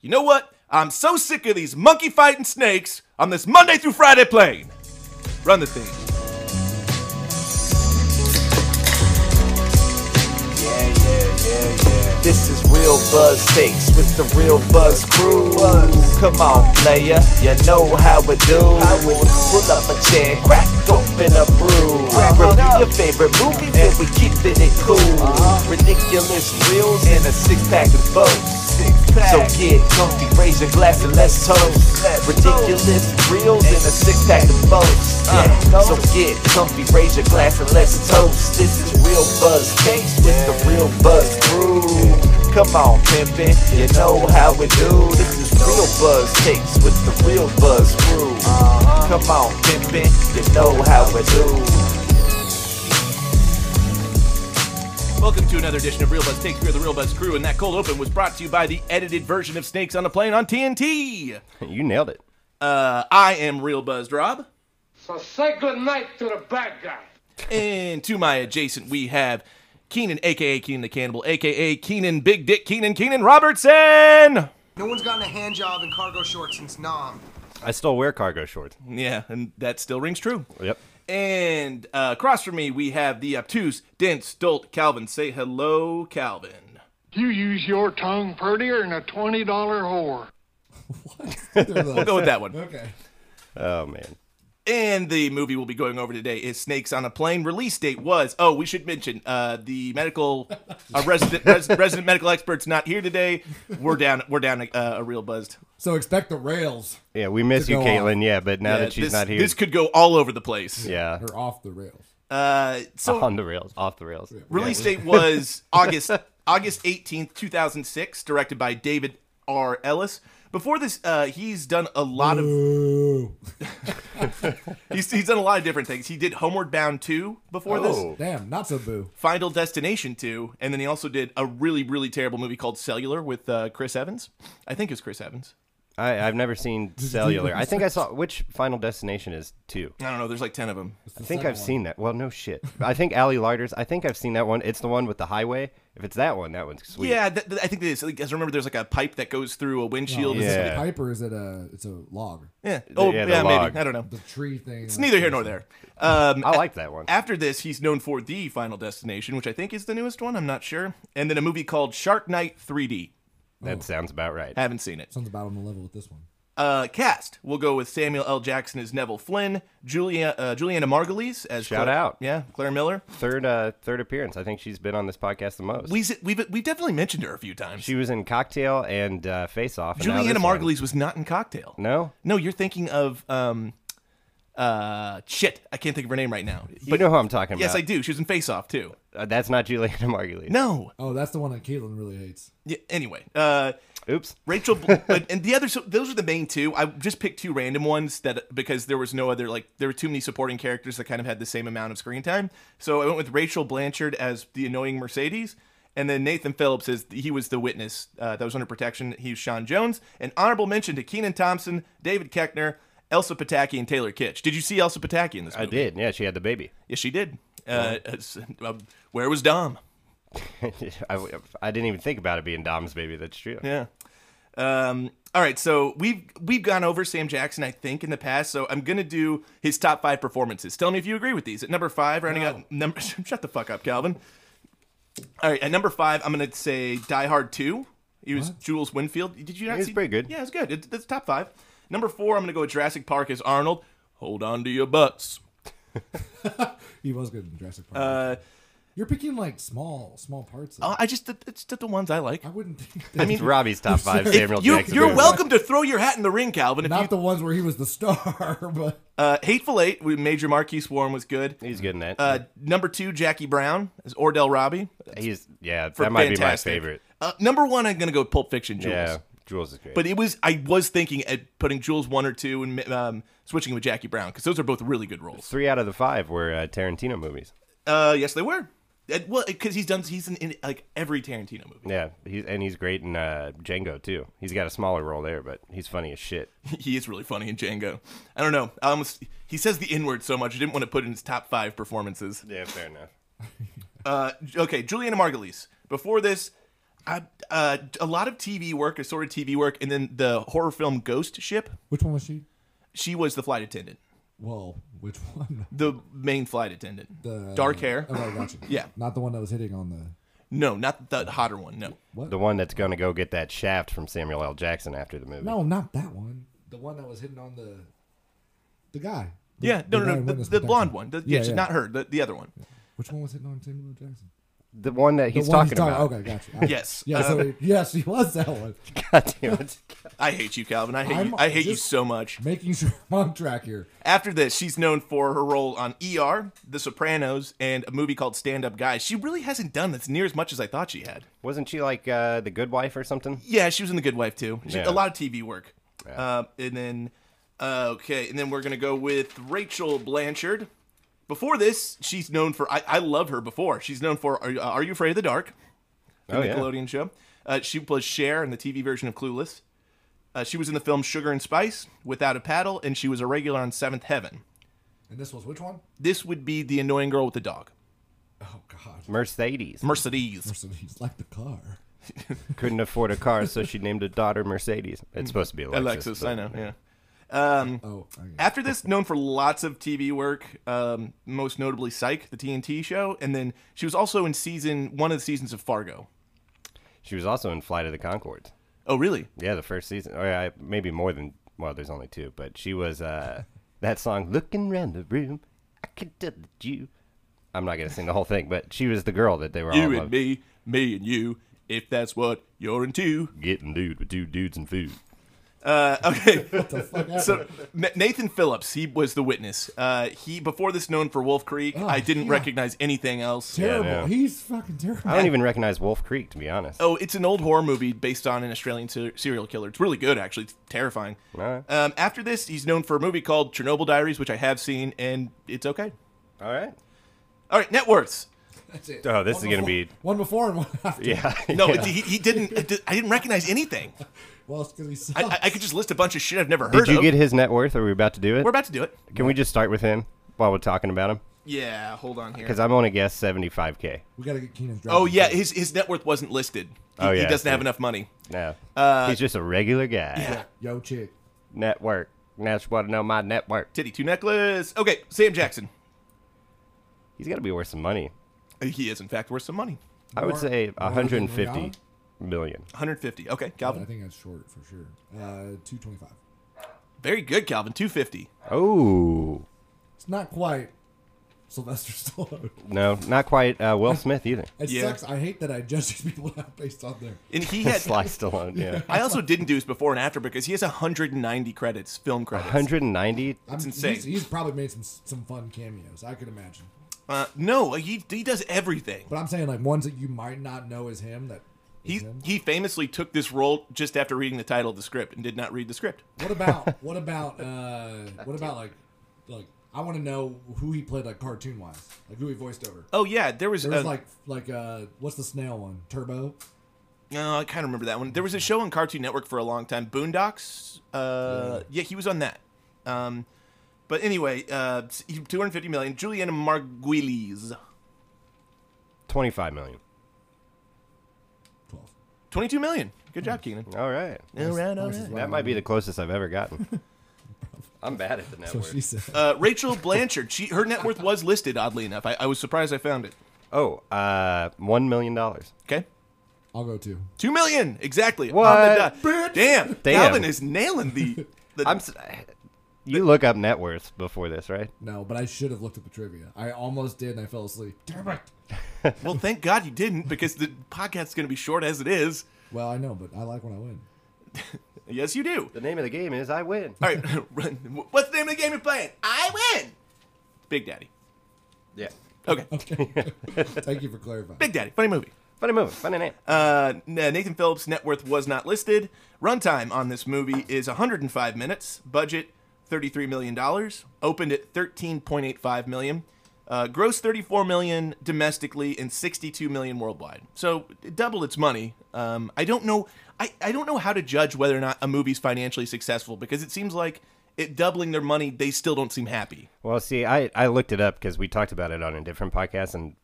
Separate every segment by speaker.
Speaker 1: You know what? I'm so sick of these monkey fighting snakes on this Monday through Friday plane. Run the thing.
Speaker 2: This is real buzz takes with the real buzz crew. Come on, player, you know how we do. Pull up a chair, crack open a brew. Review your favorite movies, and we keeping it cool. Ridiculous reels and a six pack of boats. So get comfy, raise a glass and let's toast. Ridiculous reels and a six pack of boats. Uh, so get comfy, raise your glass and let's toast. This is real buzz takes with the real buzz crew. Come on, pimpin', you know how we do. This is real buzz takes with the real buzz crew. Come on, pimpin', you know how we do.
Speaker 1: Welcome to another edition of Real Buzz Takes. We are the Real Buzz crew, and that cold open was brought to you by the edited version of Snakes on a Plane on TNT.
Speaker 3: You nailed it.
Speaker 1: Uh, I am Real Buzzed Rob,
Speaker 4: So say goodnight to the bad guy.
Speaker 1: and to my adjacent we have Keenan, aka Keenan the Cannibal, aka Keenan Big Dick Keenan Keenan Robertson.
Speaker 5: No one's gotten a hand job in cargo shorts since Nom.
Speaker 3: I still wear cargo shorts.
Speaker 1: Yeah, and that still rings true.
Speaker 3: Yep.
Speaker 1: And uh, across from me we have the obtuse, dense, dolt Calvin. Say hello, Calvin.
Speaker 6: You use your tongue prettier than a $20 whore.
Speaker 1: We'll go with that one.
Speaker 7: Okay.
Speaker 3: Oh man.
Speaker 1: And the movie we'll be going over today is Snakes on a Plane. Release date was oh, we should mention uh, the medical uh, resident res, resident medical expert's not here today. We're down we're down a, uh, a real buzzed.
Speaker 7: So expect the rails
Speaker 3: Yeah, we miss
Speaker 7: To
Speaker 3: you,
Speaker 7: go
Speaker 3: Caitlin.
Speaker 7: on.
Speaker 3: Yeah, but now
Speaker 1: Uh,
Speaker 3: that she's
Speaker 1: this,
Speaker 3: not here,
Speaker 1: This could go all over the place.
Speaker 3: yeah,
Speaker 7: or off the rails.
Speaker 1: Uh, so
Speaker 3: on the rails, off the rails.
Speaker 1: release date was August August eighteenth, two thousand six. Directed by David R. Ellis. Before this, uh, he's done a lot of
Speaker 7: Ooh.
Speaker 1: he's, he's done a lot of different things. He did Homeward Bound two before this.
Speaker 3: Oh.
Speaker 7: Damn, not so boo.
Speaker 1: Final Destination 2, and then he also did a really, really terrible movie called Cellular with uh, Chris Evans. I think it was Chris Evans.
Speaker 3: I, I've never seen cellular. I think I saw which Final Destination is two.
Speaker 1: I don't know, there's like 10 of them.
Speaker 3: I think I've seen that. Well, no shit. I think Alley Larders. I think I've seen that one. It's the one with the highway. If it's that one, that one's sweet.
Speaker 1: Yeah, th- th- I think it is. Like, I remember there's like a pipe that goes through a windshield.
Speaker 7: Is
Speaker 1: It's-
Speaker 7: it
Speaker 3: Oh, Yeah.
Speaker 7: a pipe or is it a? It's a log.
Speaker 1: yeah. Oh,
Speaker 3: yeah,
Speaker 1: yeah,
Speaker 3: the log.
Speaker 1: maybe. I don't know.
Speaker 7: The tree thing.
Speaker 1: It's neither here nor there. Um,
Speaker 3: I like that one.
Speaker 1: after this, he's known for The Final Destination, which I think is the newest one. I'm not sure. And then a movie called Shark Night 3D.
Speaker 3: That sounds about right.
Speaker 1: Haven't seen it.
Speaker 7: Sounds about on the level with this one.
Speaker 1: Uh, cast. We'll go with Samuel L. Jackson as Neville Flynn, Julia, uh, Juliana Margulies as
Speaker 3: Shout
Speaker 1: Claire-
Speaker 3: out.
Speaker 1: Yeah, Claire Miller.
Speaker 3: Third, uh, third appearance. I think she's been on this podcast the most.
Speaker 1: We we we definitely mentioned her a few times.
Speaker 3: she was in Cocktail and uh, Face Off. and now
Speaker 1: Juliana
Speaker 3: this one.
Speaker 1: Margulies was not in Cocktail.
Speaker 3: No,
Speaker 1: no, you're thinking of um, uh, shit. I can't think of her name right now.
Speaker 3: you know who I'm talking
Speaker 1: Yes, I
Speaker 3: about.
Speaker 1: do. She was in Face Off too.
Speaker 3: I. Uh, that's not Juliana Margulies.
Speaker 1: No.
Speaker 7: Oh, that's the one that Caitlin really hates.
Speaker 1: Yeah, anyway, uh,
Speaker 3: Oops.
Speaker 1: Rachel Bl- but, and the other. So those are the main two. I just picked two random ones that because there was no other. Like there were too many supporting characters that kind of had the same amount of screen time. So I went with Rachel Blanchard as the annoying Mercedes. And then Nathan Phillips is he was the witness uh, that was under protection. He was Sean Jones. An honorable mention to Keenan Thompson, David Keckner, Elsa Pataki, and Taylor Kitsch. Did you see Elsa Pataki in this
Speaker 3: I
Speaker 1: movie?
Speaker 3: did. Yeah, she had the baby.
Speaker 1: Yes, she did. Uh, it's- uh, where was Dom?
Speaker 3: I, I didn't even think about it being Dom's baby. That's true.
Speaker 1: Yeah. Um, all right, so we've we've gone over Sam Jackson, I think, in the past. So I'm gonna do his top five performances. Tell me if you agree with these. At number five, rounding out number. Shut the fuck up, Calvin. All right, at number five, I'm gonna say Die Hard Two. He was Jules Winfield. Did you not?
Speaker 3: He was
Speaker 1: see?
Speaker 3: pretty good.
Speaker 1: Yeah, it's good. It's, it's top five. Number four, I'm gonna go with Jurassic Park as Arnold. Hold on to your butts.
Speaker 7: He was good in Jurassic Park. Uh, You're picking like small, small parts. Of
Speaker 1: Uh, I just it's just the ones I like.
Speaker 7: it. I wouldn't think.
Speaker 3: I
Speaker 7: That,
Speaker 3: mean, Robbie's top five
Speaker 1: If
Speaker 3: Samuel
Speaker 1: you,
Speaker 3: Jackson.
Speaker 1: you're
Speaker 3: movies.
Speaker 1: welcome to throw your hat in the ring, Calvin. If
Speaker 7: not
Speaker 1: you,
Speaker 7: the ones where he was the star, but
Speaker 1: uh, Hateful Eight, with Major Marquise Warren was good.
Speaker 3: He's good in that.
Speaker 1: Uh, number two, Jackie Brown is Ordell Robbie.
Speaker 3: He's yeah.
Speaker 1: For-
Speaker 3: That might
Speaker 1: fantastic.
Speaker 3: be my favorite.
Speaker 1: Uh, number one, I'm gonna go Pulp Fiction, Jules.
Speaker 3: Yeah, Jules is great.
Speaker 1: But it was I was thinking at putting Jules one or two and um, switching with Jackie Brown because those are both really good roles.
Speaker 3: three out of the five were uh, Tarantino movies.
Speaker 1: Uh, yes, they were. Uh, well, because he's done he's in, in like every Tarantino movie.
Speaker 3: Yeah, he's and he's great in uh, Django too. He's got a smaller role there, but he's funny as shit.
Speaker 1: he is really funny in Django. I don't know. I almost he says the N word so much I didn't want to put in his top five performances.
Speaker 3: Yeah, fair enough.
Speaker 1: Uh, okay, Juliana Margulies. Before this, I, uh, a lot of TV work, assorted TV work, and then the horror film Ghost Ship.
Speaker 7: which one was she?
Speaker 1: She was the flight attendant,
Speaker 7: Well, which one?
Speaker 1: the main flight attendant.
Speaker 7: The
Speaker 1: Dark hair.
Speaker 7: Oh, I got you.
Speaker 1: Yeah.
Speaker 7: not the one that was hitting on the.
Speaker 1: No, not the hotter one. No.
Speaker 3: The one that's gonna go get that shaft from Samuel L. Jackson after the movie.
Speaker 7: No, not that one. The one that was hitting on the. The guy. The-
Speaker 1: Yeah, no,
Speaker 7: the
Speaker 1: no,
Speaker 7: guy in
Speaker 1: no. The,
Speaker 7: Witness
Speaker 1: the
Speaker 7: Protection.
Speaker 1: blonde one. The, yeah,
Speaker 7: Yeah,
Speaker 1: she's
Speaker 7: yeah.
Speaker 1: not her. The, the other one.
Speaker 7: Which one was hitting on Samuel L. Jackson?
Speaker 3: The one that he's
Speaker 7: The one Oh,
Speaker 3: talking about.
Speaker 7: Okay, gotcha. I-
Speaker 1: Yes, Uh,
Speaker 7: Yeah, so it- yes, he was that one.
Speaker 3: God damn it.
Speaker 1: I hate you, Calvin. I hate
Speaker 7: I'm
Speaker 1: you. I hate you
Speaker 7: just-
Speaker 1: so much.
Speaker 7: Making sure I'm on track here.
Speaker 1: After this, she's known for her role on ER, The Sopranos, and a movie called Stand Up Guys. She really hasn't done this near as much as I thought she had.
Speaker 3: Wasn't she like uh, the good wife or something?
Speaker 1: Yeah, she was in The Good Wife too. She,
Speaker 3: Yeah.
Speaker 1: A lot of TV work. Uh, and then, uh, okay, and then we're gonna go with Rachel Blanchard. Before this, she's known for I, I love her. Before she's known for Are, You- Are You Afraid of the Dark? The
Speaker 3: Oh, yeah.
Speaker 1: Nickelodeon show. Uh, she was Cher in the TV version of Clueless. Uh, she was in the film Sugar and Spice, Without a Paddle, and she was a regular on Seventh Heaven.
Speaker 7: And this was which one?
Speaker 1: This would be the annoying girl with the dog,
Speaker 7: Oh God.
Speaker 3: Mercedes.
Speaker 1: Mercedes.
Speaker 7: So he's like the car.
Speaker 3: Couldn't afford a car, so she named her daughter Mercedes. It's supposed to be
Speaker 1: Alexis,
Speaker 3: Alexis. but-
Speaker 1: I know. Yeah.
Speaker 7: Oh, okay.
Speaker 1: After this, known for lots of TV work, um, most notably Psych, the TNT show, and then she was also in season one of the seasons of Fargo.
Speaker 3: She was also in Flight of the Concords.
Speaker 1: Oh, really?
Speaker 3: Yeah, the first season. Or I, maybe more than, well, there's only two, but she was, uh, that song, Looking Round the Room, I could tell that you. I'm not going to sing the whole thing, but she was the girl that they were all
Speaker 1: You
Speaker 3: in
Speaker 1: and
Speaker 3: love-
Speaker 1: me, me and you, if that's what you're into.
Speaker 3: Getting dude with two dudes and food.
Speaker 1: Okay. so Na- Nathan Phillips, he was the witness. Uh, he before this known for Wolf Creek. I didn't
Speaker 7: yeah.
Speaker 1: recognize anything else.
Speaker 7: terrible.
Speaker 3: yeah.
Speaker 7: He's fucking terrible.
Speaker 3: I don't even recognize Wolf Creek, to be honest.
Speaker 1: Oh, it's an old horror movie based on an Australian ser- serial killer. It's really good, actually. It's terrifying.
Speaker 3: Alright.
Speaker 1: Um, after this, he's known for a movie called Chernobyl Diaries, which I have seen, and it's okay.
Speaker 3: All right.
Speaker 1: All right, net worths.
Speaker 7: That's it.
Speaker 3: Oh, this
Speaker 7: One
Speaker 3: is
Speaker 7: before-
Speaker 3: gonna be-
Speaker 7: one before and one after.
Speaker 3: Yeah.
Speaker 1: No, it- he, he didn't. it did- I didn't recognize anything.
Speaker 7: Well, it's because he sucks.
Speaker 1: I, I, I could just list a bunch of shit I've never heard
Speaker 3: Did you
Speaker 1: of.
Speaker 3: get his net worth? Are we about to do it?
Speaker 1: We're about to do it.
Speaker 3: Can we just start with him while we're talking about him?
Speaker 1: Yeah, hold on here.
Speaker 3: Because I'm going to guess 75K.
Speaker 7: we gotta get Keenan's driving.
Speaker 1: Oh yeah, his his net worth wasn't listed. He,
Speaker 3: Oh,
Speaker 1: he
Speaker 3: yeah,
Speaker 1: doesn't have
Speaker 3: see.
Speaker 1: enough money.
Speaker 3: No.
Speaker 1: Uh,
Speaker 3: He's just a regular guy.
Speaker 7: Yo, chick.
Speaker 3: Network. Nash want to know my network.
Speaker 1: Titty two necklace. Okay, Sam Jackson.
Speaker 3: He's got to be worth some money.
Speaker 1: He is in fact worth some money.
Speaker 3: I would
Speaker 7: More-
Speaker 3: say
Speaker 7: more than
Speaker 3: 150
Speaker 7: Rihanna?
Speaker 3: million.
Speaker 1: 150. Okay,
Speaker 7: I
Speaker 1: Calvin.
Speaker 7: think that's short for sure. Uh, two twenty-five.
Speaker 1: Very good, Calvin. 250.
Speaker 3: Oh.
Speaker 7: It's not quite Sylvester Stallone.
Speaker 3: No, not quite uh, Will Smith either.
Speaker 7: It
Speaker 1: Yeah.
Speaker 7: sucks. I hate that I judge these people not based on their.
Speaker 1: And he had.
Speaker 3: Sly Stallone, yeah.
Speaker 1: I also didn't do his before and after because he has 190 credits, film credits.
Speaker 3: 190?
Speaker 7: I'm,
Speaker 1: insane.
Speaker 7: He's, he's probably made some some fun cameos. I could imagine.
Speaker 1: Uh, no, he he does everything.
Speaker 7: But I'm saying like ones that you might not know is him. That is
Speaker 1: He
Speaker 7: him.
Speaker 1: he famously took this role just after reading the title of the script and did not read the script.
Speaker 7: What about what about uh what about like like I want to know who he played like cartoon wise, like who he voiced over.
Speaker 1: Oh yeah, there was,
Speaker 7: There was
Speaker 1: a-
Speaker 7: like like uh what's the snail one? Turbo.
Speaker 1: No, I kind of remember that one. There was a show on Cartoon Network for a long time, Boondocks. Uh, yeah. he was on that. Um, but anyway, uh, s- he- 250 million. Juliana Margulies,
Speaker 3: 25 million.
Speaker 7: Twelve.
Speaker 1: 22 million. Good job, Keenan.
Speaker 3: All right.
Speaker 1: All right, all
Speaker 7: Ours is
Speaker 1: right.
Speaker 7: right
Speaker 3: Hmm. That might be the closest I've ever gotten. I'm bad at the
Speaker 7: So
Speaker 3: network.
Speaker 7: she said.
Speaker 1: Uh, Rachel Blanchard. She her net worth was listed. Oddly enough, I, I was surprised I found it.
Speaker 3: Oh, uh, $1 million.
Speaker 1: Okay.
Speaker 7: I'll go two.
Speaker 1: Two million exactly. on the
Speaker 3: What?
Speaker 1: dot. Damn,
Speaker 3: Damn.
Speaker 1: Calvin is nailing the. the
Speaker 3: I'm. s- You look up net worth before this, right?
Speaker 7: No, but I should have looked at the trivia. I almost did and I fell asleep. Damn it.
Speaker 1: well, thank God you didn't because the podcast's going to be short as it is.
Speaker 7: Well, I know, but I like when I win.
Speaker 1: Yes, you do.
Speaker 3: The name of the game is I Win.
Speaker 1: All right, run. what's the name of the game you're playing? I win. Big Daddy.
Speaker 3: Yeah.
Speaker 1: Okay,
Speaker 7: Thank you for clarifying.
Speaker 1: Big Daddy. Funny movie.
Speaker 3: Funny movie. Funny name.
Speaker 1: Uh, Nathan Phillips' net worth was not listed. Runtime on this movie is 105 minutes. Budget 33 million dollars. Opened at 13.85 million. Uh, gross 34 million domestically and 62 million worldwide. So it doubled its money. Um, I don't know. I, I don't know how to judge whether or not a movie's financially successful because it seems like it doubling their money, they still don't seem happy.
Speaker 3: Well, see, I, I looked it up because we talked about it on a different podcast, and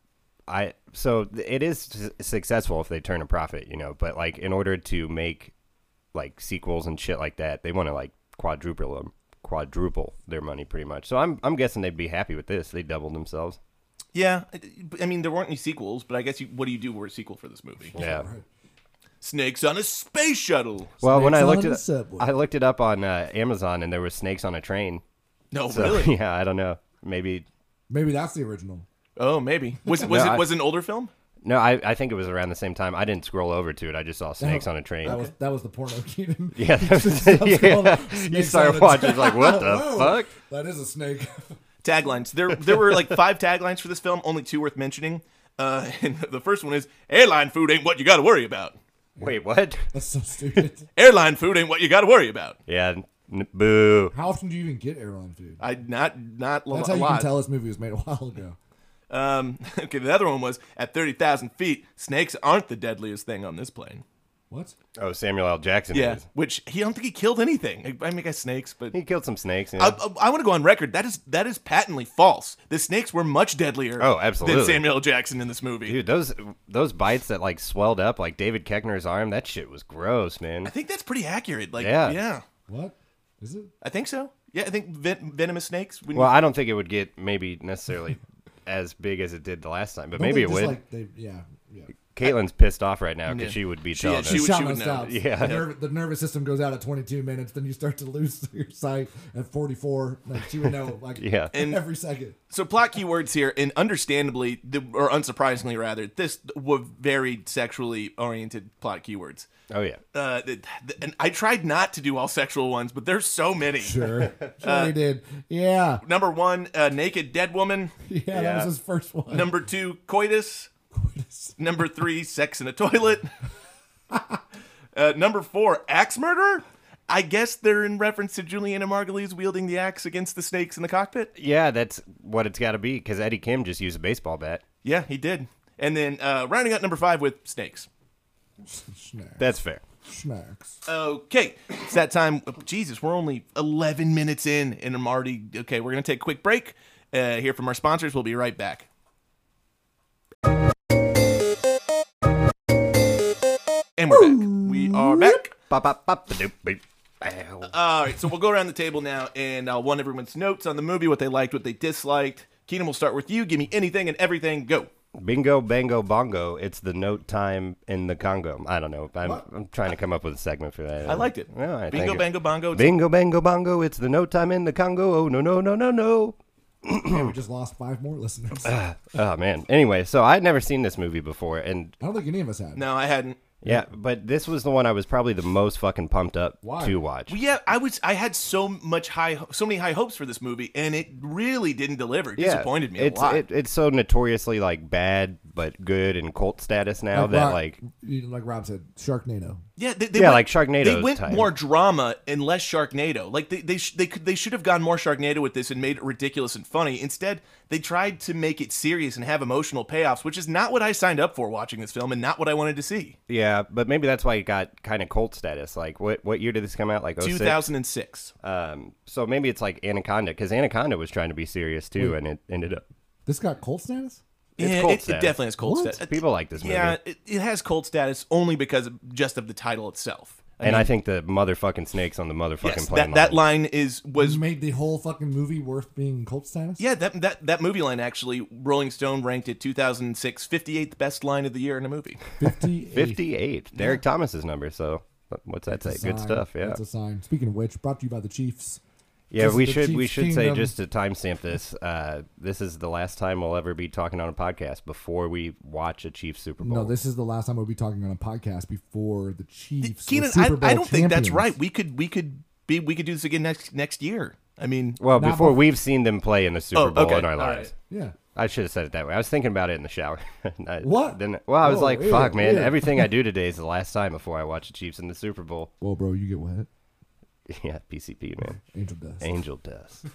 Speaker 3: I so th- it is su- successful if they turn a profit, you know. But like in order to make like sequels and shit like that, they want to like quadruple them, quadruple their money pretty much. So I'm I'm guessing they'd be happy with this. They doubled themselves.
Speaker 1: Yeah, I, I mean there weren't any sequels, but I guess you, what do you do with a sequel for this movie?
Speaker 3: Yeah.
Speaker 1: Snakes on a space shuttle.
Speaker 3: Well, when I
Speaker 7: Snakes
Speaker 3: looked
Speaker 7: on
Speaker 3: it,
Speaker 7: the subway.
Speaker 3: I looked it up on uh, Amazon, and there were snakes on a train.
Speaker 1: No,
Speaker 3: So
Speaker 1: really?
Speaker 3: yeah, I don't know. Maybe
Speaker 7: Maybe that's the original.
Speaker 1: Oh, maybe. Was it was
Speaker 3: No,
Speaker 1: it
Speaker 3: I-
Speaker 1: was it an older film?
Speaker 3: no. I, I think it was around the same time. I didn't scroll over to it. I just saw snakes on a train.
Speaker 7: That was that was the porno Keenan.
Speaker 3: Yeah, that was- yeah. you start watching it's like what the fuck?
Speaker 7: That is a snake.
Speaker 1: Taglines. There there were like five taglines for this film, only two worth mentioning. Uh, and the first one is airline food ain't what you got to worry about.
Speaker 3: Wait, what?
Speaker 7: That's so stupid.
Speaker 1: Airline food ain't what you got to worry about.
Speaker 3: Yeah, n- boo.
Speaker 7: How often do you even get airline food?
Speaker 1: I not not lo-
Speaker 7: That's
Speaker 1: a
Speaker 7: how you can
Speaker 1: lot.
Speaker 7: tell this movie was made a while ago.
Speaker 1: Um, okay, the other one was at thirty thousand feet, snakes aren't the deadliest thing on this plane.
Speaker 7: What?
Speaker 3: Oh, Samuel L. Jackson.
Speaker 1: Yeah,
Speaker 3: is.
Speaker 1: which he I don't think he killed anything. I, I mean, I guess snakes, but
Speaker 3: he killed some snakes. Yeah.
Speaker 1: I, Uh, I, want to go on record. That is that is patently false. The snakes were much deadlier.
Speaker 3: Oh, absolutely.
Speaker 1: Than Samuel L. Jackson in this movie.
Speaker 3: Dude, those those bites that like swelled up, like David Keckner's arm, that shit was gross, man.
Speaker 1: I think that's pretty accurate. Like, yeah,
Speaker 3: Yeah.
Speaker 7: What? Is it?
Speaker 1: I think so. Yeah, I think ven- venomous snakes. When
Speaker 3: Well, I don't think it would get maybe necessarily as big as it did the last time, but
Speaker 7: Don't they
Speaker 3: maybe it
Speaker 7: just,
Speaker 3: would.
Speaker 7: Like, they, yeah. Yeah.
Speaker 3: Caitlin's pissed off right now because
Speaker 1: Yeah.
Speaker 3: she would be
Speaker 1: yeah,
Speaker 3: telling us.
Speaker 1: she would-
Speaker 7: Shot
Speaker 1: know.
Speaker 7: no stops.
Speaker 3: Yeah.
Speaker 7: The, nerv- the nervous system goes out at 22 minutes. Then you start to lose your sight at 44. Like she would know, like
Speaker 3: Yeah.
Speaker 1: And-
Speaker 7: every second.
Speaker 1: so plot keywords here, and understandably, the, or unsurprisingly rather, this were very sexually oriented plot keywords.
Speaker 3: oh yeah.
Speaker 1: Uh, th- th- and I tried not to do all sexual ones, but there's so many.
Speaker 7: Sure. Sure he did. Yeah.
Speaker 1: Number one, uh, naked dead woman.
Speaker 7: yeah. That
Speaker 3: Yeah.
Speaker 7: was his first one.
Speaker 1: Number two, coitus. Number three, sex in a toilet. uh, number four, axe murder. I guess they're in reference to Juliana Margulies wielding the axe against the snakes in the cockpit.
Speaker 3: Yeah, that's what it's got to be because Eddie Kim just used a baseball bat.
Speaker 1: Yeah, he did. And then uh, rounding out number five with snakes.
Speaker 7: Snacks.
Speaker 3: That's fair.
Speaker 7: Snacks.
Speaker 3: Uh,
Speaker 1: Okay, it's that time. oh, Jesus, we're only 11 minutes in, and I'm already. Okay, we're going to take a quick break, uh, hear from our sponsors. We'll be right back. And we're back. We are back.
Speaker 3: Bop, bop, bop, ba-doop, boop, bow.
Speaker 1: All right, so we'll go around the table now, and I'll want everyone's notes on the movie, what they liked, what they disliked. Keenan, we'll start with you. Give me anything and everything. Go.
Speaker 3: Bingo, bango, bongo. It's the note time in the Congo. I don't know. I'm, I'm trying to come up with a segment for that.
Speaker 1: I liked it.
Speaker 3: All right,
Speaker 1: Bingo,
Speaker 3: thank you.
Speaker 1: bango, bongo. It's-
Speaker 3: Bingo, bango, bongo. It's the note time in the Congo. Oh, no, no, no, no, no.
Speaker 7: We just lost five more listeners. I
Speaker 3: Oh, man. Anyway, so I'd never seen this movie before. And
Speaker 7: don't think any of us had.
Speaker 1: No, I hadn't.
Speaker 3: yeah, but this was the one I was probably the most fucking pumped up
Speaker 7: Why?
Speaker 3: to watch.
Speaker 1: Well, yeah, I was. I had so much high, so many high hopes for this movie, and it really didn't deliver. It
Speaker 3: Yeah,
Speaker 1: disappointed me
Speaker 3: it's,
Speaker 1: a lot.
Speaker 3: It, it's so notoriously like bad but good and cult status now that
Speaker 7: Rob-
Speaker 3: like
Speaker 7: you- like Rob said, Sharknado.
Speaker 1: yeah, they, they went,
Speaker 3: yeah, like Sharknado
Speaker 1: They went
Speaker 3: type.
Speaker 1: more drama and less Sharknado. Like they they sh- they could they should have gone more Sharknado with this and made it ridiculous and funny. Instead, they tried to make it serious and have emotional payoffs, which is not what I signed up for watching this film, and not what I wanted to see.
Speaker 3: yeah, but maybe that's why it got kind of cult status. Like what what year did this come out? Like 06?
Speaker 1: 2006.
Speaker 3: Um, so maybe it's like Anaconda because Anaconda was trying to be serious too,
Speaker 7: Mm.
Speaker 3: and it ended up.
Speaker 7: This got cult status?
Speaker 3: It's
Speaker 1: Yeah,
Speaker 3: cult
Speaker 1: it, it
Speaker 3: status.
Speaker 1: definitely has cult
Speaker 7: What?
Speaker 1: status.
Speaker 3: People like this movie,
Speaker 1: Yeah, it, it has cult status only because of just of the title itself.
Speaker 3: and I think the motherfucking snakes on the motherfucking
Speaker 1: Yes,
Speaker 3: plane.
Speaker 1: that, that line is was
Speaker 7: You made the whole fucking movie worth being cult status?
Speaker 1: Yeah, that, that that movie line actually, Rolling Stone ranked it 2006 58th best line of the year in a movie.
Speaker 7: 58.
Speaker 3: fifty-eight. Derek Thomas's number. So uh, what's that say?
Speaker 7: Sign.
Speaker 3: Good stuff. Yeah,
Speaker 7: That's a sign. Speaking of which, brought to you by the Chiefs.
Speaker 3: Yeah,
Speaker 7: Just
Speaker 3: we
Speaker 7: the
Speaker 3: should we
Speaker 7: Chiefs
Speaker 3: should say
Speaker 7: Kingdom.
Speaker 3: just to timestamp this. Uh, this is the last time we'll ever be talking on a podcast before we watch a Chiefs Super Bowl.
Speaker 7: No, this is the last time we'll be talking on a podcast before the Chiefs.
Speaker 1: Keenan,
Speaker 7: were
Speaker 1: I,
Speaker 7: Super Bowl
Speaker 1: I don't think that's
Speaker 7: champions.
Speaker 1: right. We could we could be we could do this again next next year. I mean,
Speaker 3: well,
Speaker 7: Not
Speaker 3: before
Speaker 7: before-
Speaker 3: we've seen them play in the Super
Speaker 1: Oh,
Speaker 3: Bowl
Speaker 1: okay.
Speaker 3: in our
Speaker 1: All
Speaker 3: lives.
Speaker 7: Yeah.
Speaker 3: I should have said it that way. I was thinking about it in the shower. And I
Speaker 7: What?
Speaker 3: Didn't, well, I was
Speaker 7: Whoa,
Speaker 3: like,
Speaker 7: ew,
Speaker 3: "Fuck, man!
Speaker 7: ew.
Speaker 3: Everything I do today is the last time before I watch the Chiefs in the Super Bowl."
Speaker 7: Well, bro, you get wet.
Speaker 3: yeah, PCP, man.
Speaker 7: Angel dust.
Speaker 3: Angel dust.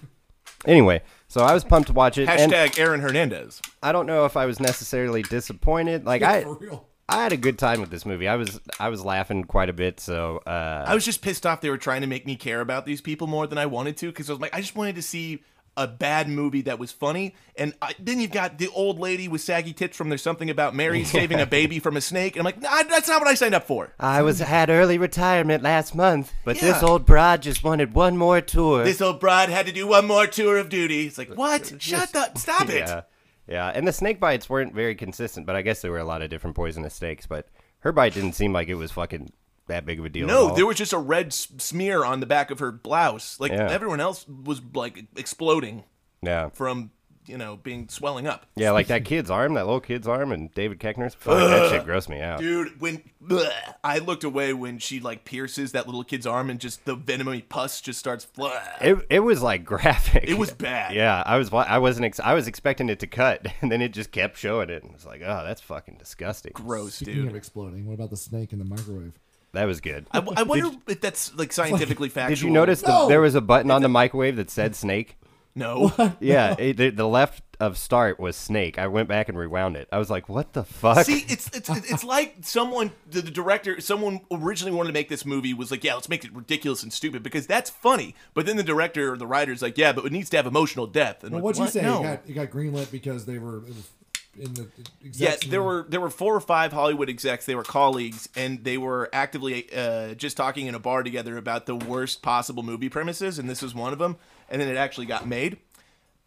Speaker 3: Anyway, so I was pumped to watch it, and
Speaker 1: hashtag Aaron Hernandez.
Speaker 3: I don't know if I was necessarily disappointed. Like I,
Speaker 7: For real.
Speaker 3: I had a good time with this movie. I was, I was laughing quite a bit. So, uh,
Speaker 1: I was just pissed off they were trying to make me care about these people more than I wanted to because I was like, I just wanted to see a bad movie that was funny. And I, then you've got the old lady with saggy tits from There's Something About Mary saving a baby from a snake. And I'm like, nah, that's not what I signed up for.
Speaker 3: I was had early retirement last month, but this
Speaker 1: Yeah.
Speaker 3: old broad just wanted one more tour.
Speaker 1: This old broad had to do one more tour of duty. It's like, what? Shut up. Stop it.
Speaker 3: uh, yeah, yeah, and the snake bites weren't very consistent, but I guess there were a lot of different poisonous snakes. But her bite didn't seem like it was fucking that big of a deal. at
Speaker 1: No,
Speaker 3: all.
Speaker 1: there was just a red s- smear on the back of her blouse. Like
Speaker 3: Yeah.
Speaker 1: everyone else was like exploding
Speaker 3: yeah,
Speaker 1: from, you know, being swelling up.
Speaker 3: yeah, like that kid's arm, that little kid's arm, and David Keckner's. Fuck, that shit grossed me out.
Speaker 1: Dude, when bleh, I looked away when she like pierces that little kid's arm and just the venomy pus just starts. Bleh.
Speaker 3: It, it was like graphic.
Speaker 1: It was bad.
Speaker 3: Yeah, I was wa- I wasn't ex- I was expecting it to cut, and then it just kept showing it, and it's like, oh, that's fucking disgusting.
Speaker 1: Gross,
Speaker 7: Speaking of
Speaker 1: dude.
Speaker 7: exploding, what about the snake in the microwave?
Speaker 3: That was good.
Speaker 1: I, I wonder if that's like scientifically factual.
Speaker 3: Did you notice that
Speaker 7: No.
Speaker 3: there was a button on the microwave that said snake?
Speaker 1: No.
Speaker 3: Yeah, it, the, the left of start was snake. I went back and rewound it. I was like, what the fuck?
Speaker 1: See, it's it's it's like someone, the, the director, someone originally wanted to make this movie was like, yeah, let's make it ridiculous and stupid because that's funny. But then the director or the writer's like, yeah, but it needs to have emotional depth. And
Speaker 7: Well,
Speaker 1: like,
Speaker 7: what'd you
Speaker 1: what?
Speaker 7: say?
Speaker 1: No.
Speaker 7: It, got, it got greenlit because they were it was in the
Speaker 1: Yeah,
Speaker 7: exact
Speaker 1: there were there were four or five Hollywood execs. They were colleagues, and they were actively uh, just talking in a bar together about the worst possible movie premises, and this was one of them. And then it actually got made.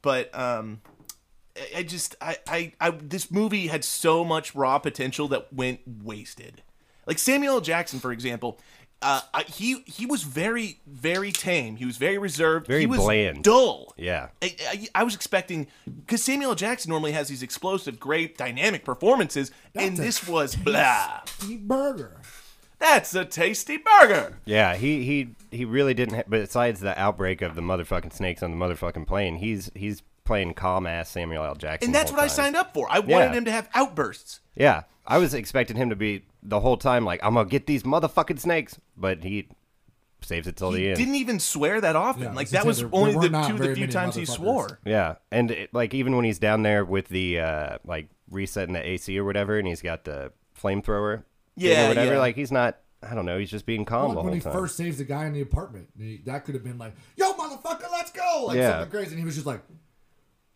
Speaker 1: But um, I, I just I, I I this movie had so much raw potential that went wasted. Like Samuel L. Jackson, for example. Uh, I, he he was very very tame. He was very reserved.
Speaker 3: Very
Speaker 1: he was
Speaker 3: bland.
Speaker 1: Dull.
Speaker 3: Yeah.
Speaker 1: I, I, I was expecting because Samuel L. Jackson normally has these explosive, great, dynamic performances, and
Speaker 7: That's a
Speaker 1: this was blah.
Speaker 7: tasty burger.
Speaker 1: That's a tasty burger.
Speaker 3: Yeah, he he he really didn't. Ha- besides the outbreak of the motherfucking snakes on the motherfucking plane, he's he's playing calm ass Samuel L. Jackson.
Speaker 1: And
Speaker 3: the
Speaker 1: that's
Speaker 3: whole
Speaker 1: what I
Speaker 3: time.
Speaker 1: signed up for. I wanted
Speaker 3: Yeah.
Speaker 1: him to have outbursts.
Speaker 3: Yeah, I was expecting him to be the whole time like, I'm gonna get these motherfucking snakes, but he saves it till the
Speaker 1: He
Speaker 3: end.
Speaker 1: didn't even swear that often.
Speaker 7: Yeah, I
Speaker 1: like
Speaker 7: was gonna
Speaker 1: that
Speaker 7: say,
Speaker 1: was
Speaker 7: there- there
Speaker 1: only
Speaker 7: were
Speaker 1: the
Speaker 7: not
Speaker 1: two, the
Speaker 7: very
Speaker 1: few
Speaker 7: many
Speaker 1: times he
Speaker 7: motherfuckers.
Speaker 1: swore.
Speaker 3: Yeah, and it, like even when he's down there with the uh like resetting the AC or whatever, and he's got the flamethrower, thing
Speaker 1: Yeah,
Speaker 3: or whatever.
Speaker 1: yeah.
Speaker 3: Like he's not. I don't know. He's just being calm
Speaker 7: Like
Speaker 3: the
Speaker 7: when
Speaker 3: whole
Speaker 7: he
Speaker 3: time.
Speaker 7: first saves the guy in the apartment, he- that could have been like, "Yo, motherfucker, let's go!" Like
Speaker 3: Yeah.
Speaker 7: something crazy, and he was just like,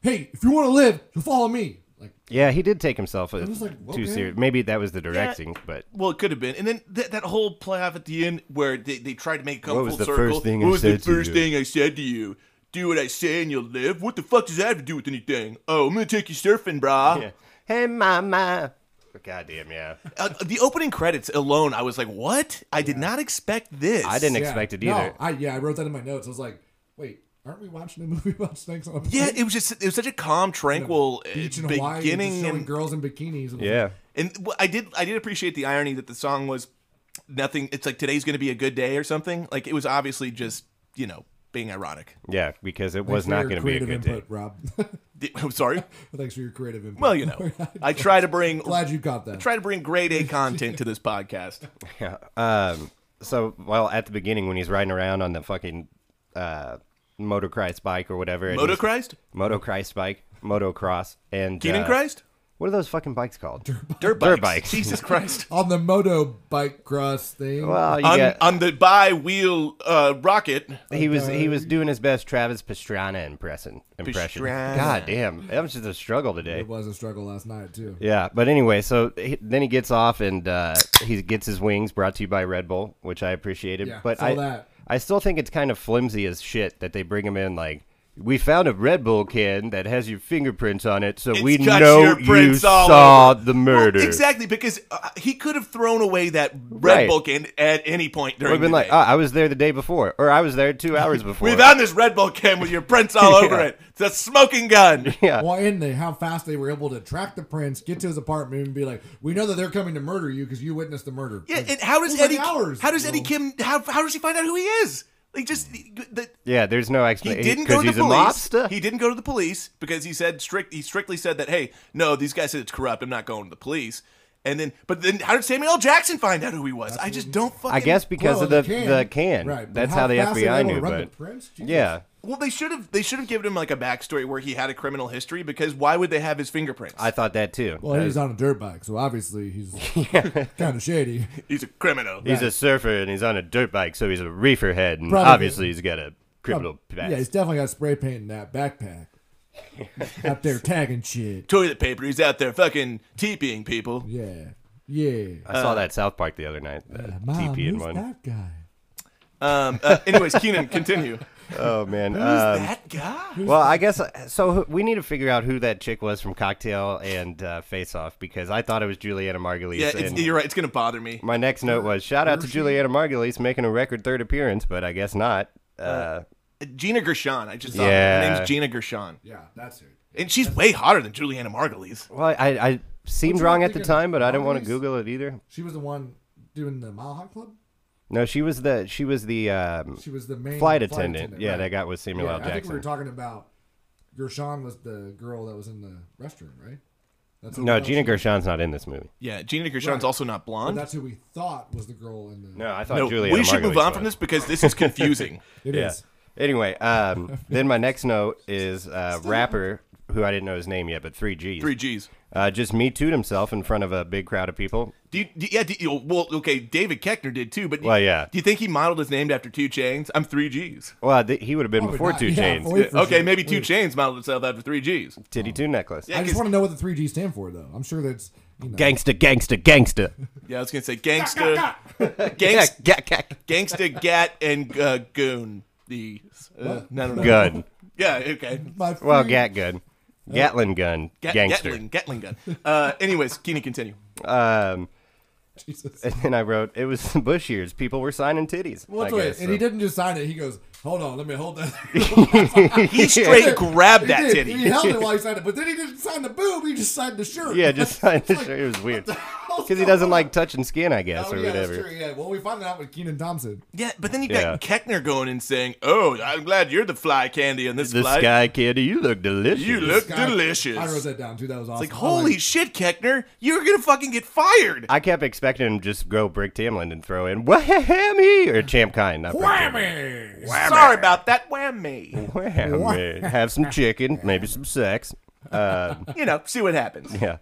Speaker 7: "Hey, if you want to live, you follow me." Like
Speaker 3: Yeah, he did take himself a,
Speaker 7: was like,
Speaker 3: too
Speaker 7: okay.
Speaker 3: serious. Maybe that was the directing, but
Speaker 1: Well, it could have been. And then th- that whole playoff at the end where they, they tried to make it come
Speaker 3: What
Speaker 1: full
Speaker 3: was the
Speaker 1: circle.
Speaker 3: first thing
Speaker 1: what
Speaker 3: I
Speaker 1: was
Speaker 3: said
Speaker 1: the
Speaker 3: to
Speaker 1: first
Speaker 3: you?
Speaker 1: thing I said to you? Do what I say and you'll live? What the fuck does that have to do with anything? Oh, I'm going to take you surfing, brah.
Speaker 3: yeah. Hey, mama. Goddamn, yeah.
Speaker 1: Uh, the opening credits alone, I was like, "What? I did not expect this."
Speaker 3: I didn't
Speaker 7: yeah,
Speaker 3: expect it
Speaker 7: no,
Speaker 3: either.
Speaker 7: I yeah, I wrote that in my notes. I was like, "Wait, aren't we watching a movie about snakes on a plane?
Speaker 1: Yeah, it was just it was such a calm, tranquil uh,
Speaker 7: beach in Hawaii, just
Speaker 1: beginning,
Speaker 7: showing
Speaker 1: and
Speaker 7: girls in bikinis." And
Speaker 3: yeah.
Speaker 1: and wh- I did I did appreciate the irony that the song was nothing. It's like today's going to be a good day or something. Like it was obviously just you know being ironic.
Speaker 3: Yeah, because it was
Speaker 7: Thanks for
Speaker 3: not
Speaker 7: your
Speaker 3: going to be a
Speaker 7: creative
Speaker 3: good
Speaker 7: input,
Speaker 3: day.
Speaker 7: Rob.
Speaker 1: The- I'm sorry.
Speaker 7: Thanks for your creative input.
Speaker 1: Well, you know, I try to bring
Speaker 7: glad you got that.
Speaker 1: try to bring grade A content to this podcast.
Speaker 3: Yeah. Um, so, well, at the beginning when he's riding around on the fucking uh, Moto Christ bike or whatever. and
Speaker 1: Moto
Speaker 3: he's-
Speaker 1: Christ,
Speaker 3: Moto Christ bike. Moto Cross. And.
Speaker 1: Keenan
Speaker 3: uh,
Speaker 1: Christ,
Speaker 3: What are those fucking bikes called?
Speaker 1: dirt bikes.
Speaker 3: dirt bikes.
Speaker 1: Jesus Christ.
Speaker 7: on the moto bike cross thing.
Speaker 3: Well, you
Speaker 1: On,
Speaker 3: got-
Speaker 1: on the bi wheel uh, rocket,
Speaker 3: he was he was doing his best Travis Pastrana impression. impression.
Speaker 1: Pastrana.
Speaker 3: God damn, that was just a struggle today.
Speaker 7: It was a struggle last night too.
Speaker 3: Yeah, but anyway, so he, then he gets off and uh, he gets his wings brought to you by Red Bull, which I appreciated.
Speaker 7: Yeah,
Speaker 3: but
Speaker 7: saw
Speaker 3: I,
Speaker 7: that.
Speaker 3: I still think it's kind of flimsy as shit that they bring him in like, We found a Red Bull can that has your fingerprints on it, so
Speaker 1: It's
Speaker 3: we
Speaker 1: got
Speaker 3: know
Speaker 1: your
Speaker 3: you
Speaker 1: prints all
Speaker 3: saw
Speaker 1: over.
Speaker 3: the murder.
Speaker 1: Well, exactly, because uh, he could have thrown away that Red
Speaker 3: Right.
Speaker 1: Bull can at any point
Speaker 3: Would
Speaker 1: during
Speaker 3: have been
Speaker 1: the
Speaker 3: like,
Speaker 1: day.
Speaker 3: "Ah, I was there the day before, or I was there two hours before.
Speaker 1: we found this Red Bull can with your prints all over it. It's a smoking gun.
Speaker 3: yeah,
Speaker 7: Well, and they, how fast they were able to track the prince, get to his apartment, and be like, "We know that they're coming to murder you because you witnessed the murder."
Speaker 1: Yeah,
Speaker 7: Like,
Speaker 1: and how does
Speaker 7: it was like
Speaker 1: Eddie?
Speaker 7: hours,
Speaker 1: how does
Speaker 7: bro.
Speaker 1: Eddie Kim? How, how does he find out who he is? Like just the,
Speaker 3: yeah. There's no
Speaker 1: he
Speaker 3: explanation
Speaker 1: didn't go to
Speaker 3: he's
Speaker 1: the
Speaker 3: a
Speaker 1: police.
Speaker 3: mobster.
Speaker 1: He didn't go to the police because he said strict. He strictly said that hey, no, these guys said it's corrupt. I'm not going to the police. And then, but then, how did Samuel L. Jackson find out who he was? I just don't fucking.
Speaker 3: I guess because
Speaker 7: Well,
Speaker 3: of the
Speaker 7: can.
Speaker 3: the can.
Speaker 7: Right, but
Speaker 3: That's how, the
Speaker 7: fast they were
Speaker 3: FBI
Speaker 7: able to
Speaker 3: knew.
Speaker 7: run the
Speaker 3: But
Speaker 7: prince? Jesus.
Speaker 3: yeah,
Speaker 1: Well, they should have. They should have given him like a backstory where he had a criminal history. Because why would they have his fingerprints?
Speaker 3: I thought that too.
Speaker 7: Well, he was on a dirt bike, so obviously he's kind of shady.
Speaker 1: He's a criminal.
Speaker 3: he's a surfer and he's on a dirt bike, so he's a reefer head, and
Speaker 7: Probably.
Speaker 3: obviously he's got a criminal past.
Speaker 7: Um, Yeah, he's definitely got spray paint in that backpack. Out there tagging shit.
Speaker 1: Toilet paper. He's out there fucking teepeeing people.
Speaker 7: Yeah, yeah.
Speaker 3: I saw that South Park the other night. That
Speaker 7: Mom,
Speaker 3: TP in
Speaker 7: who's
Speaker 3: one.
Speaker 7: that guy?
Speaker 1: Um. uh, anyways, Keenan, continue.
Speaker 3: Oh man.
Speaker 1: Who's
Speaker 3: um,
Speaker 1: that guy?
Speaker 3: Well, I guess uh, so. who- We need to figure out who that chick was from Cocktail and uh, Face Off because I thought it was Juliana Margulies.
Speaker 1: Yeah, it's,
Speaker 3: and
Speaker 1: you're right. It's gonna bother me.
Speaker 3: my next note was shout out to Juliana Margulies making a record third appearance, but I guess not. Uh,
Speaker 1: Gina Gershon. I just thought her
Speaker 3: Yeah.
Speaker 1: name's Gina Gershon,
Speaker 7: Yeah, that's it.
Speaker 1: and she's way hotter than Juliana Margulies.
Speaker 3: well, I, I seemed
Speaker 7: What you
Speaker 3: wrong at the
Speaker 7: thinking?
Speaker 3: time, but I didn't want to
Speaker 7: Margulies?
Speaker 3: Google it either.
Speaker 7: She was the one doing the Mile High Club.
Speaker 3: No, she was the she was the um,
Speaker 7: She was the main
Speaker 3: flight attendant. yeah,
Speaker 7: right.
Speaker 3: that got with Samuel
Speaker 7: Yeah,
Speaker 3: L.
Speaker 7: I think we
Speaker 3: Jackson.
Speaker 7: were talking about Gershon was the girl that was in the restroom, right? That's who we
Speaker 3: no,
Speaker 7: thought
Speaker 3: Gina
Speaker 7: she-
Speaker 3: Gershon's not in this movie.
Speaker 1: Yeah, Gina Gershon's
Speaker 7: Right.
Speaker 1: also not
Speaker 7: but
Speaker 1: blonde.
Speaker 7: That's who we thought was the girl in the.
Speaker 3: No, I thought
Speaker 1: No,
Speaker 3: Juliana.
Speaker 1: we should move
Speaker 3: Margulies
Speaker 1: on from
Speaker 3: was.
Speaker 1: this because this is confusing.
Speaker 7: It
Speaker 3: Yeah.
Speaker 7: is.
Speaker 3: Anyway, um, then my next note is uh, rapper who I didn't know his name yet, but three G's.
Speaker 1: Three G's.
Speaker 3: Uh, just me too'd himself in front of a big crowd of people.
Speaker 1: Do you, do, yeah, do you, well, okay, David Keckner did too, but do you-
Speaker 3: Well, yeah.
Speaker 1: Do you think he modeled his name after Two Chains? I'm Three G's.
Speaker 3: Well, th- he would have been
Speaker 7: Probably
Speaker 3: before
Speaker 7: Oh, not.
Speaker 3: Two
Speaker 7: Yeah,
Speaker 3: Chains.
Speaker 7: boy. Wait for
Speaker 1: okay,
Speaker 7: sure.
Speaker 1: maybe Two
Speaker 7: Wait.
Speaker 1: Chains modeled itself after Three G's.
Speaker 3: Titty Two Necklace.
Speaker 1: Yeah,
Speaker 7: I just
Speaker 1: 'cause-
Speaker 7: want to know what the three G stand for, though. I'm sure that's you know,
Speaker 3: Gangsta, gangsta, gangsta.
Speaker 1: yeah, I was gonna say gangster,
Speaker 3: Yeah,
Speaker 1: gangsta,
Speaker 3: gack, gack.
Speaker 1: gangsta, gat, and uh, goon. The uh, no, no, no.
Speaker 3: Gun.
Speaker 1: Yeah, okay.
Speaker 7: my three,
Speaker 3: Well, gat gun. Gatlin gun.
Speaker 1: Gat,
Speaker 3: gangster.
Speaker 1: Gatling, Gatling gun. Uh, anyways, Keenan, continue.
Speaker 3: Um,
Speaker 7: Jesus.
Speaker 3: and then I wrote, it was the Bush years. People were signing titties.
Speaker 7: Well,
Speaker 3: I
Speaker 7: that's what it-
Speaker 3: guess,
Speaker 7: and
Speaker 3: so.
Speaker 7: he didn't just sign it. He goes, "Hold on, let me hold that."
Speaker 1: He straight grabbed
Speaker 7: He
Speaker 1: that
Speaker 7: did. He
Speaker 1: titty.
Speaker 7: held it while he signed it, but then he didn't sign the boob. He just signed the shirt.
Speaker 3: Yeah, just signed the
Speaker 7: It's like,
Speaker 3: shirt. It was weird.
Speaker 7: hell's
Speaker 3: Because he
Speaker 7: going
Speaker 3: doesn't
Speaker 7: on?
Speaker 3: like touching skin, I guess,
Speaker 7: Oh,
Speaker 3: or
Speaker 7: yeah, that's
Speaker 3: whatever.
Speaker 7: true, Yeah, well, we found that out with Keenan Thompson.
Speaker 1: Yeah, but then you got Keckner going and saying, "Oh, I'm glad you're the fly candy on this,
Speaker 3: The
Speaker 1: flight.
Speaker 3: sky candy, you look delicious.
Speaker 1: You look
Speaker 7: Guy-
Speaker 1: delicious."
Speaker 7: I wrote that down too. That was awesome.
Speaker 1: like,
Speaker 7: I
Speaker 1: holy shit, Keckner, you're gonna fucking get fired.
Speaker 3: I kept expecting him to just go Brick Tamlin and throw in whammy or Champ Kind, not Brick Tamlin.
Speaker 7: Whammy!
Speaker 1: Sorry about that, whammy.
Speaker 3: Whammy. Have some chicken, maybe some sex.
Speaker 1: you know, see what happens.
Speaker 3: Yeah.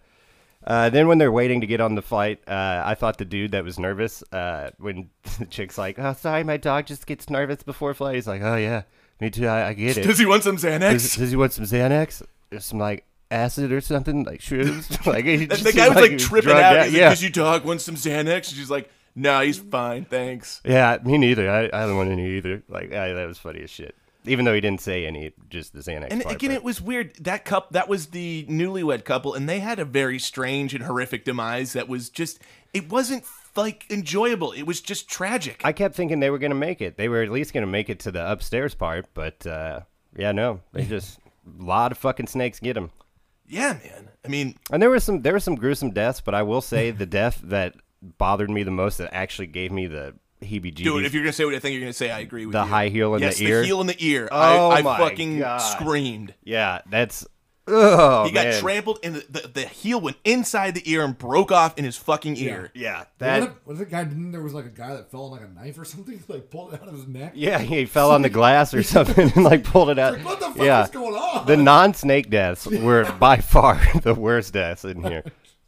Speaker 3: Uh, then when they're waiting to get on the flight, uh, I thought the dude that was nervous uh, when the chick's like, "Oh, sorry, my dog just gets nervous before flight." He's like, "Oh yeah, me too. I, I get it."
Speaker 1: Does he want some
Speaker 3: does,
Speaker 1: Xanax?
Speaker 3: does he want some Xanax or some like acid or something like shrooms? like he
Speaker 1: The,
Speaker 3: just
Speaker 1: the guy
Speaker 3: seemed
Speaker 1: was like
Speaker 3: he
Speaker 1: tripping
Speaker 3: drugged
Speaker 1: out. He's like,
Speaker 3: Yeah.
Speaker 1: "Does your dog want some Xanax?" And she's like, "No, he's fine, thanks."
Speaker 3: yeah, me neither. I, I don't want any either. Like I, that was funny as shit. Even though he didn't say any, just the Xanax.
Speaker 1: And
Speaker 3: part,
Speaker 1: again,
Speaker 3: but-
Speaker 1: it was weird. That cup that was the newlywed couple, and they had a very strange and horrific demise. That was just it wasn't like enjoyable. It was just tragic.
Speaker 3: I kept thinking they were going to make it. They were at least going to make it to the upstairs part, but uh, yeah, no, they just a lot of fucking snakes get them.
Speaker 1: yeah, man. I mean,
Speaker 3: And there were some there were some gruesome deaths, but I will say the death that bothered me the most that actually gave me the
Speaker 1: dude, if
Speaker 3: heebie-jeebies.
Speaker 1: you're gonna say what I think you're gonna say, I agree with
Speaker 3: The
Speaker 1: you.
Speaker 3: high heel in
Speaker 1: yes,
Speaker 3: the ear?
Speaker 1: heel in the ear.
Speaker 3: Oh
Speaker 1: I, I
Speaker 3: my
Speaker 1: fucking
Speaker 3: God.
Speaker 1: screamed.
Speaker 3: Yeah, that's oh
Speaker 1: He got
Speaker 3: man.
Speaker 1: trampled, and the, the, the heel went inside the ear and broke off in his fucking ear.
Speaker 3: yeah,
Speaker 7: What
Speaker 3: that
Speaker 7: if- what if the guy didn't? There was like a guy that fell on like a knife or something. Like pulled it out of his neck.
Speaker 3: yeah, he fell on the glass or something and like pulled it out.
Speaker 7: Like, what the fuck
Speaker 3: yeah.
Speaker 7: is going on?
Speaker 3: The non-snake deaths were by far the worst deaths in here.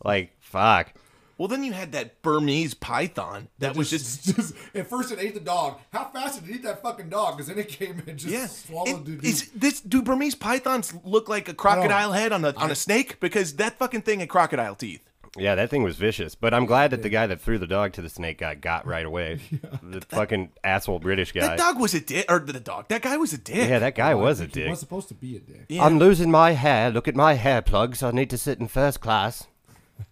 Speaker 3: Like fuck.
Speaker 1: Well, then you had that Burmese python that was just.
Speaker 7: just at first it ate the dog. How fast did it eat that fucking dog? Because then it came and just
Speaker 1: Yeah,
Speaker 7: swallowed
Speaker 1: It-
Speaker 7: dude.
Speaker 1: is this do Burmese pythons look like a crocodile head on a on a snake because that fucking thing had crocodile teeth.
Speaker 3: Yeah, that thing was vicious. But I'm glad that the guy that threw the dog to the snake guy got right away. The fucking asshole British guy.
Speaker 1: That dog was a dick, or the dog. That guy was a dick.
Speaker 3: yeah, that guy was a
Speaker 7: He
Speaker 3: dick.
Speaker 7: was supposed to be a dick.
Speaker 1: Yeah.
Speaker 3: I'm losing my hair. Look at my hair plugs. I need to sit in first class.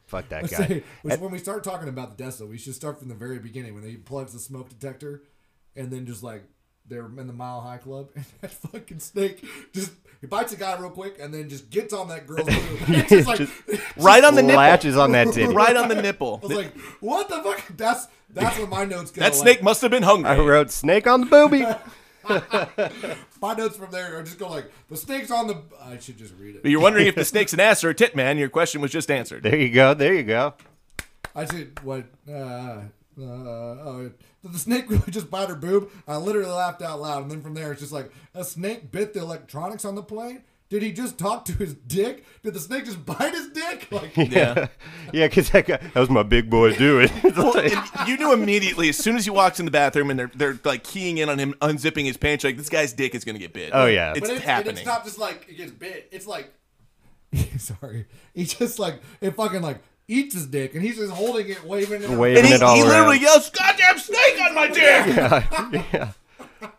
Speaker 3: Fuck that
Speaker 7: Let's say-
Speaker 3: guy.
Speaker 7: which when we start talking about the Tesla, we should start from the very beginning when he plugs the smoke detector, and then just like they're in the Mile High Club, and that fucking snake just he bites a guy real quick, and then just gets on that girl's boob. It's just like,
Speaker 1: right on the nipple.
Speaker 3: Latches on that titty.
Speaker 1: Right on the nipple.
Speaker 7: I was like, what the fuck? That's that's where my notes go.
Speaker 1: that
Speaker 7: like,
Speaker 1: snake must have been hungry.
Speaker 3: I wrote snake on the booby.
Speaker 7: My notes from there are just go like the snake's on the. I should just read
Speaker 1: But
Speaker 7: it.
Speaker 1: you're wondering if the snake's an ass or a tit man. Your question was just answered.
Speaker 3: There you go. There you go.
Speaker 7: I should what? Uh, uh, oh, did the snake really just bite her boob? I literally laughed out loud, and then from there it's just like a snake bit the electronics on the plane. Did he just talk to his dick? Did the snake just bite his dick? Like,
Speaker 1: Yeah.
Speaker 3: Yeah, because that guy, that was my big boy doing.
Speaker 1: Well, and you knew immediately as soon as he walks in the bathroom and they're they're like keying in on him unzipping his pants. You're like this guy's dick is gonna get bit.
Speaker 3: Oh, yeah.
Speaker 1: it's
Speaker 7: but it's, and
Speaker 1: happening.
Speaker 7: it's not just like it gets bit. It's like, sorry, he just like it fucking like eats his dick, and he's just holding it, waving it.
Speaker 3: Waving
Speaker 1: and he,
Speaker 3: it all
Speaker 1: he
Speaker 3: around.
Speaker 1: literally yells, "Goddamn snake on my dick!"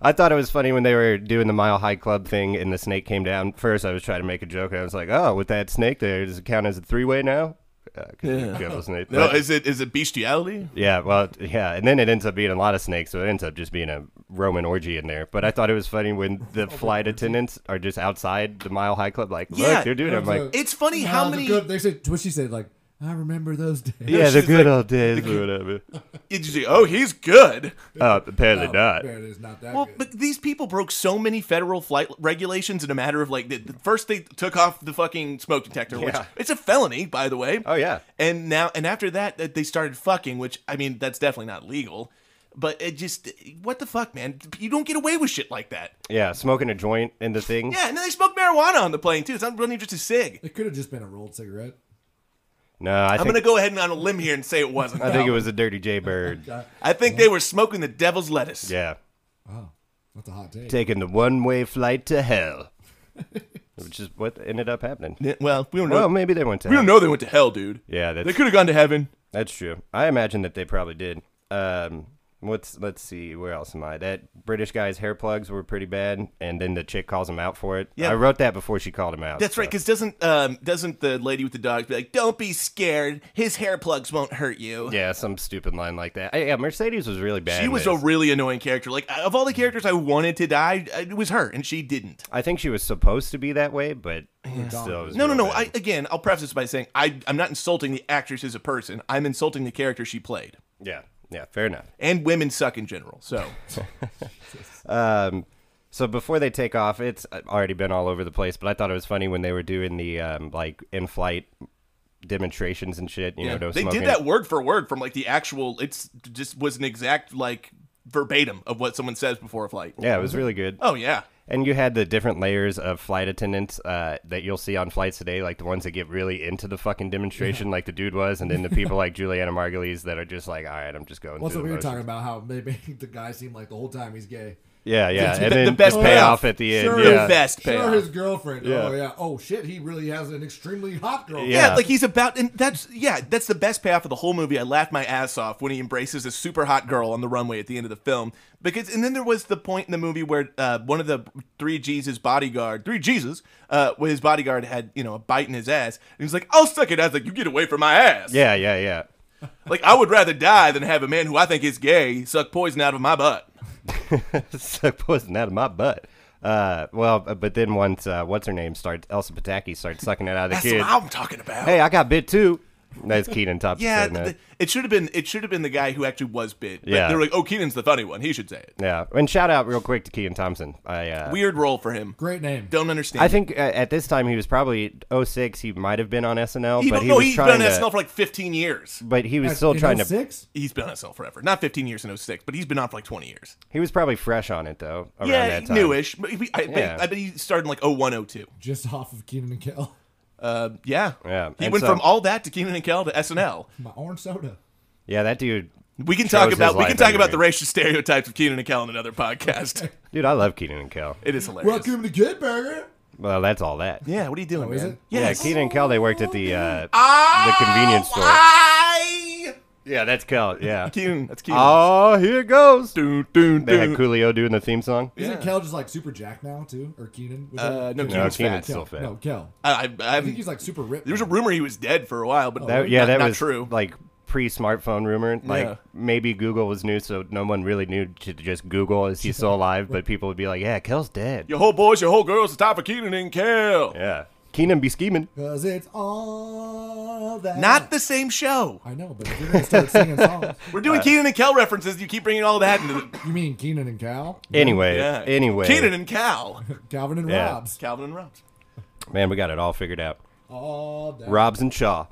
Speaker 3: I thought it was funny when they were doing the Mile High Club thing and the snake came down. First, I was trying to make a joke. and I was like, oh, with that snake there, does it count as a three way now? Uh, 'cause we have a snake.
Speaker 1: No,
Speaker 3: But-
Speaker 1: is it is it bestiality?
Speaker 3: yeah, well, yeah. And then it ends up being a lot of snakes, so it ends up just being a Roman orgy in there. But I thought it was funny when the flight attendants are just outside the Mile High Club, like, look,
Speaker 1: Yeah.
Speaker 3: they're doing it. I'm like,
Speaker 1: It's funny
Speaker 7: Nah,
Speaker 1: how
Speaker 7: the
Speaker 1: many.
Speaker 7: Good, they said what she said. Like, I remember those days.
Speaker 3: yeah, the
Speaker 1: she's
Speaker 3: good old days or whatever.
Speaker 1: Did you say, oh, he's good?
Speaker 3: Uh, apparently
Speaker 7: Oh,
Speaker 3: not.
Speaker 7: there it is, not that
Speaker 1: Well,
Speaker 7: good.
Speaker 1: but these people broke so many federal flight regulations in a matter of like the, the- first they took off the fucking smoke detector, which
Speaker 3: Yeah.
Speaker 1: it's a felony, by the way.
Speaker 3: Oh, yeah.
Speaker 1: And now and after that, that they started fucking, which I mean, that's definitely not legal. But it just what the fuck, man? You don't get away with shit like that.
Speaker 3: Yeah, smoking a joint in the thing.
Speaker 1: Yeah, and then they smoked marijuana on the plane too. It's not really just a cig.
Speaker 7: It could have just been a rolled cigarette.
Speaker 3: No, I
Speaker 1: I'm
Speaker 3: think,
Speaker 1: gonna go ahead and on a limb here and say it wasn't.
Speaker 3: I think it was a Dirty J Bird.
Speaker 1: I think they were smoking the devil's lettuce.
Speaker 3: yeah.
Speaker 7: That's a hot take.
Speaker 3: taking the one way flight to hell. Which is what ended up happening.
Speaker 1: Yeah, Well, we don't know.
Speaker 3: Well, maybe they went to
Speaker 1: we
Speaker 3: hell.
Speaker 1: don't know they went to hell, dude.
Speaker 3: Yeah,
Speaker 1: They
Speaker 3: that's,
Speaker 1: could have gone to heaven.
Speaker 3: that's true. I imagine that they probably did. Um, what's let's see, where else am I? That British guy's hair plugs were pretty bad, and then the chick calls him out for it.
Speaker 1: Yeah.
Speaker 3: I wrote that before she called him out.
Speaker 1: That's right,
Speaker 3: so.
Speaker 1: because doesn't um doesn't the lady with the dog be like, "Don't be scared, his hair plugs won't hurt you."
Speaker 3: Yeah, some stupid line like that. I- yeah, Mercedes was really bad.
Speaker 1: She
Speaker 3: in
Speaker 1: was
Speaker 3: this.
Speaker 1: a really annoying character. Like of all the characters I wanted to die, uh, it was her, and she didn't.
Speaker 3: I think she was supposed to be that way, but still, it was
Speaker 1: No, no, no.
Speaker 3: real bad.
Speaker 1: I again, I'll preface this by saying I I'm not insulting the actress as a person. I'm insulting the character she played.
Speaker 3: yeah, yeah, fair enough.
Speaker 1: And women suck in general. So
Speaker 3: Um, so before they take off, it's uh, already been all over the place. But I thought it was funny when they were doing the um, like in-flight demonstrations and shit. You know, no
Speaker 1: they
Speaker 3: smoking.
Speaker 1: did that word for word from like the actual. It's just was an exact like verbatim of what someone says before a flight.
Speaker 3: Yeah, it was really good.
Speaker 1: Oh yeah.
Speaker 3: And you had the different layers of flight attendants uh, that you'll see on flights today, like the ones that get really into the fucking demonstration, like the dude was, and then the people like Juliana Margulies that are just like, all right, I'm just going.
Speaker 7: Well, so
Speaker 3: through
Speaker 7: we
Speaker 3: the
Speaker 7: were
Speaker 3: motions."
Speaker 7: talking about how they make the guy seem like the whole time he's gay.
Speaker 3: Yeah, yeah,
Speaker 1: The-
Speaker 3: and
Speaker 1: the
Speaker 3: then
Speaker 1: best
Speaker 3: just payoff
Speaker 1: payoff.
Speaker 3: at the end.
Speaker 7: Sure.
Speaker 1: The
Speaker 3: yeah.
Speaker 1: best
Speaker 7: Sure,
Speaker 1: payoff.
Speaker 7: his girlfriend.
Speaker 3: Yeah.
Speaker 7: Oh yeah. Oh shit, he really has an extremely hot girlfriend.
Speaker 1: Yeah,
Speaker 3: Yeah.
Speaker 1: like he's about, and that's yeah, that's the best payoff of the whole movie. I laughed my ass off when he embraces a super hot girl on the runway at the end of the film because, and then there was the point in the movie where uh, one of the three Jesus bodyguard, three Jesus, uh, where his bodyguard had you know a bite in his ass, and he's like, "I'll suck it." I was like, "You get away from my ass!"
Speaker 3: yeah, yeah, yeah.
Speaker 1: like I would rather die than have a man who I think is gay suck poison out of my butt.
Speaker 3: suck poison out of my butt. Uh, well, but then once uh, what's her name starts, Elsa Pataki starts sucking it out of
Speaker 1: That's
Speaker 3: the kid.
Speaker 1: what I'm talking about.
Speaker 3: Hey, I got bit too. That's Keenan Thompson.
Speaker 1: yeah,
Speaker 3: saying that.
Speaker 1: th- it should have been it should have been the guy who actually was bit. But
Speaker 3: Yeah.
Speaker 1: they were like, "Oh, Keenan's the funny one. He should say it."
Speaker 3: yeah. And shout out real quick to Keenan Thompson. I uh,
Speaker 1: Weird role for him.
Speaker 7: Great name.
Speaker 1: Don't understand.
Speaker 3: I think uh, at this time he was probably 06. He might have been on SNL,
Speaker 1: He,
Speaker 3: but
Speaker 1: but
Speaker 3: he
Speaker 1: no,
Speaker 3: was
Speaker 1: he's
Speaker 3: trying
Speaker 1: been on
Speaker 3: to.
Speaker 1: SNL for like 15 years.
Speaker 3: but he was still trying
Speaker 1: oh
Speaker 3: to.
Speaker 7: six.
Speaker 1: He's been on SNL forever. Not 15 years in 06, but he's been on for like 20 years.
Speaker 3: He was probably fresh on it though. Around
Speaker 1: yeah,
Speaker 3: that time.
Speaker 1: newish. But he- I, bet-
Speaker 3: Yeah.
Speaker 1: I bet he started in like 01, 02.
Speaker 7: Just off of Keenan and Kel.
Speaker 1: Uh, yeah.
Speaker 3: Yeah,
Speaker 1: He
Speaker 3: and
Speaker 1: went
Speaker 3: so-
Speaker 1: from all that to Keenan and Kel to SNL.
Speaker 7: My orange soda.
Speaker 3: Yeah, that dude.
Speaker 1: We can
Speaker 3: Shows
Speaker 1: talk
Speaker 3: his
Speaker 1: about we
Speaker 3: life
Speaker 1: can talk about
Speaker 3: anyway.
Speaker 1: the racial stereotypes of Keenan and Kel in another podcast.
Speaker 3: Dude, I love Keenan and Kel.
Speaker 1: it is hilarious.
Speaker 7: Welcome to Good Burger.
Speaker 3: Well, that's all that.
Speaker 1: Yeah, what are you doing,
Speaker 7: is
Speaker 1: man?
Speaker 7: it?
Speaker 1: Yes.
Speaker 3: Yeah, Keenan and Kel, they worked at the uh,
Speaker 1: Ah!
Speaker 3: the convenience store. Yeah, that's Kel. Yeah.
Speaker 1: Keenan, that's Keenan.
Speaker 3: oh, here goes.
Speaker 1: Dun, dun,
Speaker 3: They had
Speaker 1: dun.
Speaker 3: Coolio doing the theme song.
Speaker 7: Isn't
Speaker 1: Yeah.
Speaker 7: Kel just like super Jack now too, or Keenan? Was
Speaker 1: Uh,
Speaker 7: that-
Speaker 1: no,
Speaker 3: No,
Speaker 1: Keenan's
Speaker 3: Keenan's
Speaker 1: fat.
Speaker 3: still
Speaker 7: Kel.
Speaker 3: fat.
Speaker 7: No, Kel.
Speaker 1: I, I, I
Speaker 7: I think
Speaker 1: haven't.
Speaker 7: he's like super ripped.
Speaker 1: There was a rumor he was dead for a while, but
Speaker 3: That, Oh, yeah,
Speaker 1: not-
Speaker 3: that
Speaker 1: not
Speaker 3: was
Speaker 1: true.
Speaker 3: like pre-smartphone rumor. Like
Speaker 1: Yeah.
Speaker 3: maybe Google was new, so no one really knew to just Google is he still alive. But people would be like, "Yeah, Kel's dead."
Speaker 1: Your whole boys, your whole girls, it's time for Keenan and Kel.
Speaker 3: Yeah, Keenan be scheming.
Speaker 7: Cause it's all that.
Speaker 1: Not the same show.
Speaker 7: I know, but if you're gonna start singing songs.
Speaker 1: We're doing Keenan and Kel references. You keep bringing all that into the.
Speaker 7: You mean Keenan and Cal?
Speaker 3: Anyway,
Speaker 1: Yeah.
Speaker 3: anyway,
Speaker 1: Keenan and Cal.
Speaker 7: Calvin and
Speaker 3: Yeah.
Speaker 7: Rob's.
Speaker 1: Calvin and Robs.
Speaker 3: man, we got it all figured out.
Speaker 7: All that.
Speaker 3: Robs and Shaw.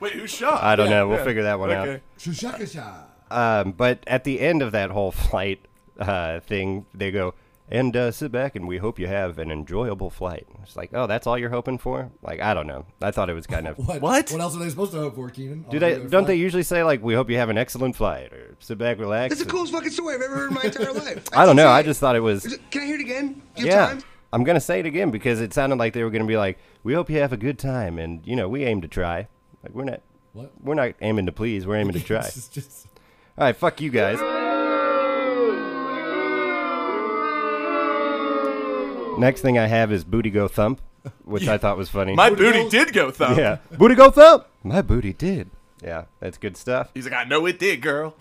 Speaker 1: Wait, who's Shaw?
Speaker 3: I don't
Speaker 1: Yeah,
Speaker 3: know. We'll
Speaker 1: yeah.
Speaker 3: figure that one out.
Speaker 1: Okay.
Speaker 7: Shushakasha.
Speaker 3: Um, but at the end of that whole flight uh, thing, they go, and uh, sit back and we hope you have an enjoyable flight. It's like, oh, that's all you're hoping for? Like, I don't know. I thought it was kind of.
Speaker 7: What?
Speaker 1: What?
Speaker 7: else are they supposed to hope for, Keenan?
Speaker 3: Do they, don't they usually say, like, we hope you have an excellent flight or sit back, relax?
Speaker 5: That's the
Speaker 3: and-
Speaker 5: coolest fucking story I've ever heard in my entire life.
Speaker 3: I don't know.
Speaker 5: say
Speaker 3: I
Speaker 5: it.
Speaker 3: just thought it was.
Speaker 5: Is it- Can I hear it again? Do you have
Speaker 3: Yeah.
Speaker 5: time?
Speaker 3: I'm going to say it again because it sounded like they were going to be like, we hope you have a good time and, you know, we aim to try. Like, we're not.
Speaker 7: What?
Speaker 3: We're not aiming to please. We're aiming to try.
Speaker 7: This is just.
Speaker 3: All right, fuck you guys. Next thing I have is booty go thump, which I thought was funny.
Speaker 1: My booty did go thumb.
Speaker 3: yeah, booty go thump. My booty did. Yeah, that's good stuff.
Speaker 1: He's like, I know it did, girl.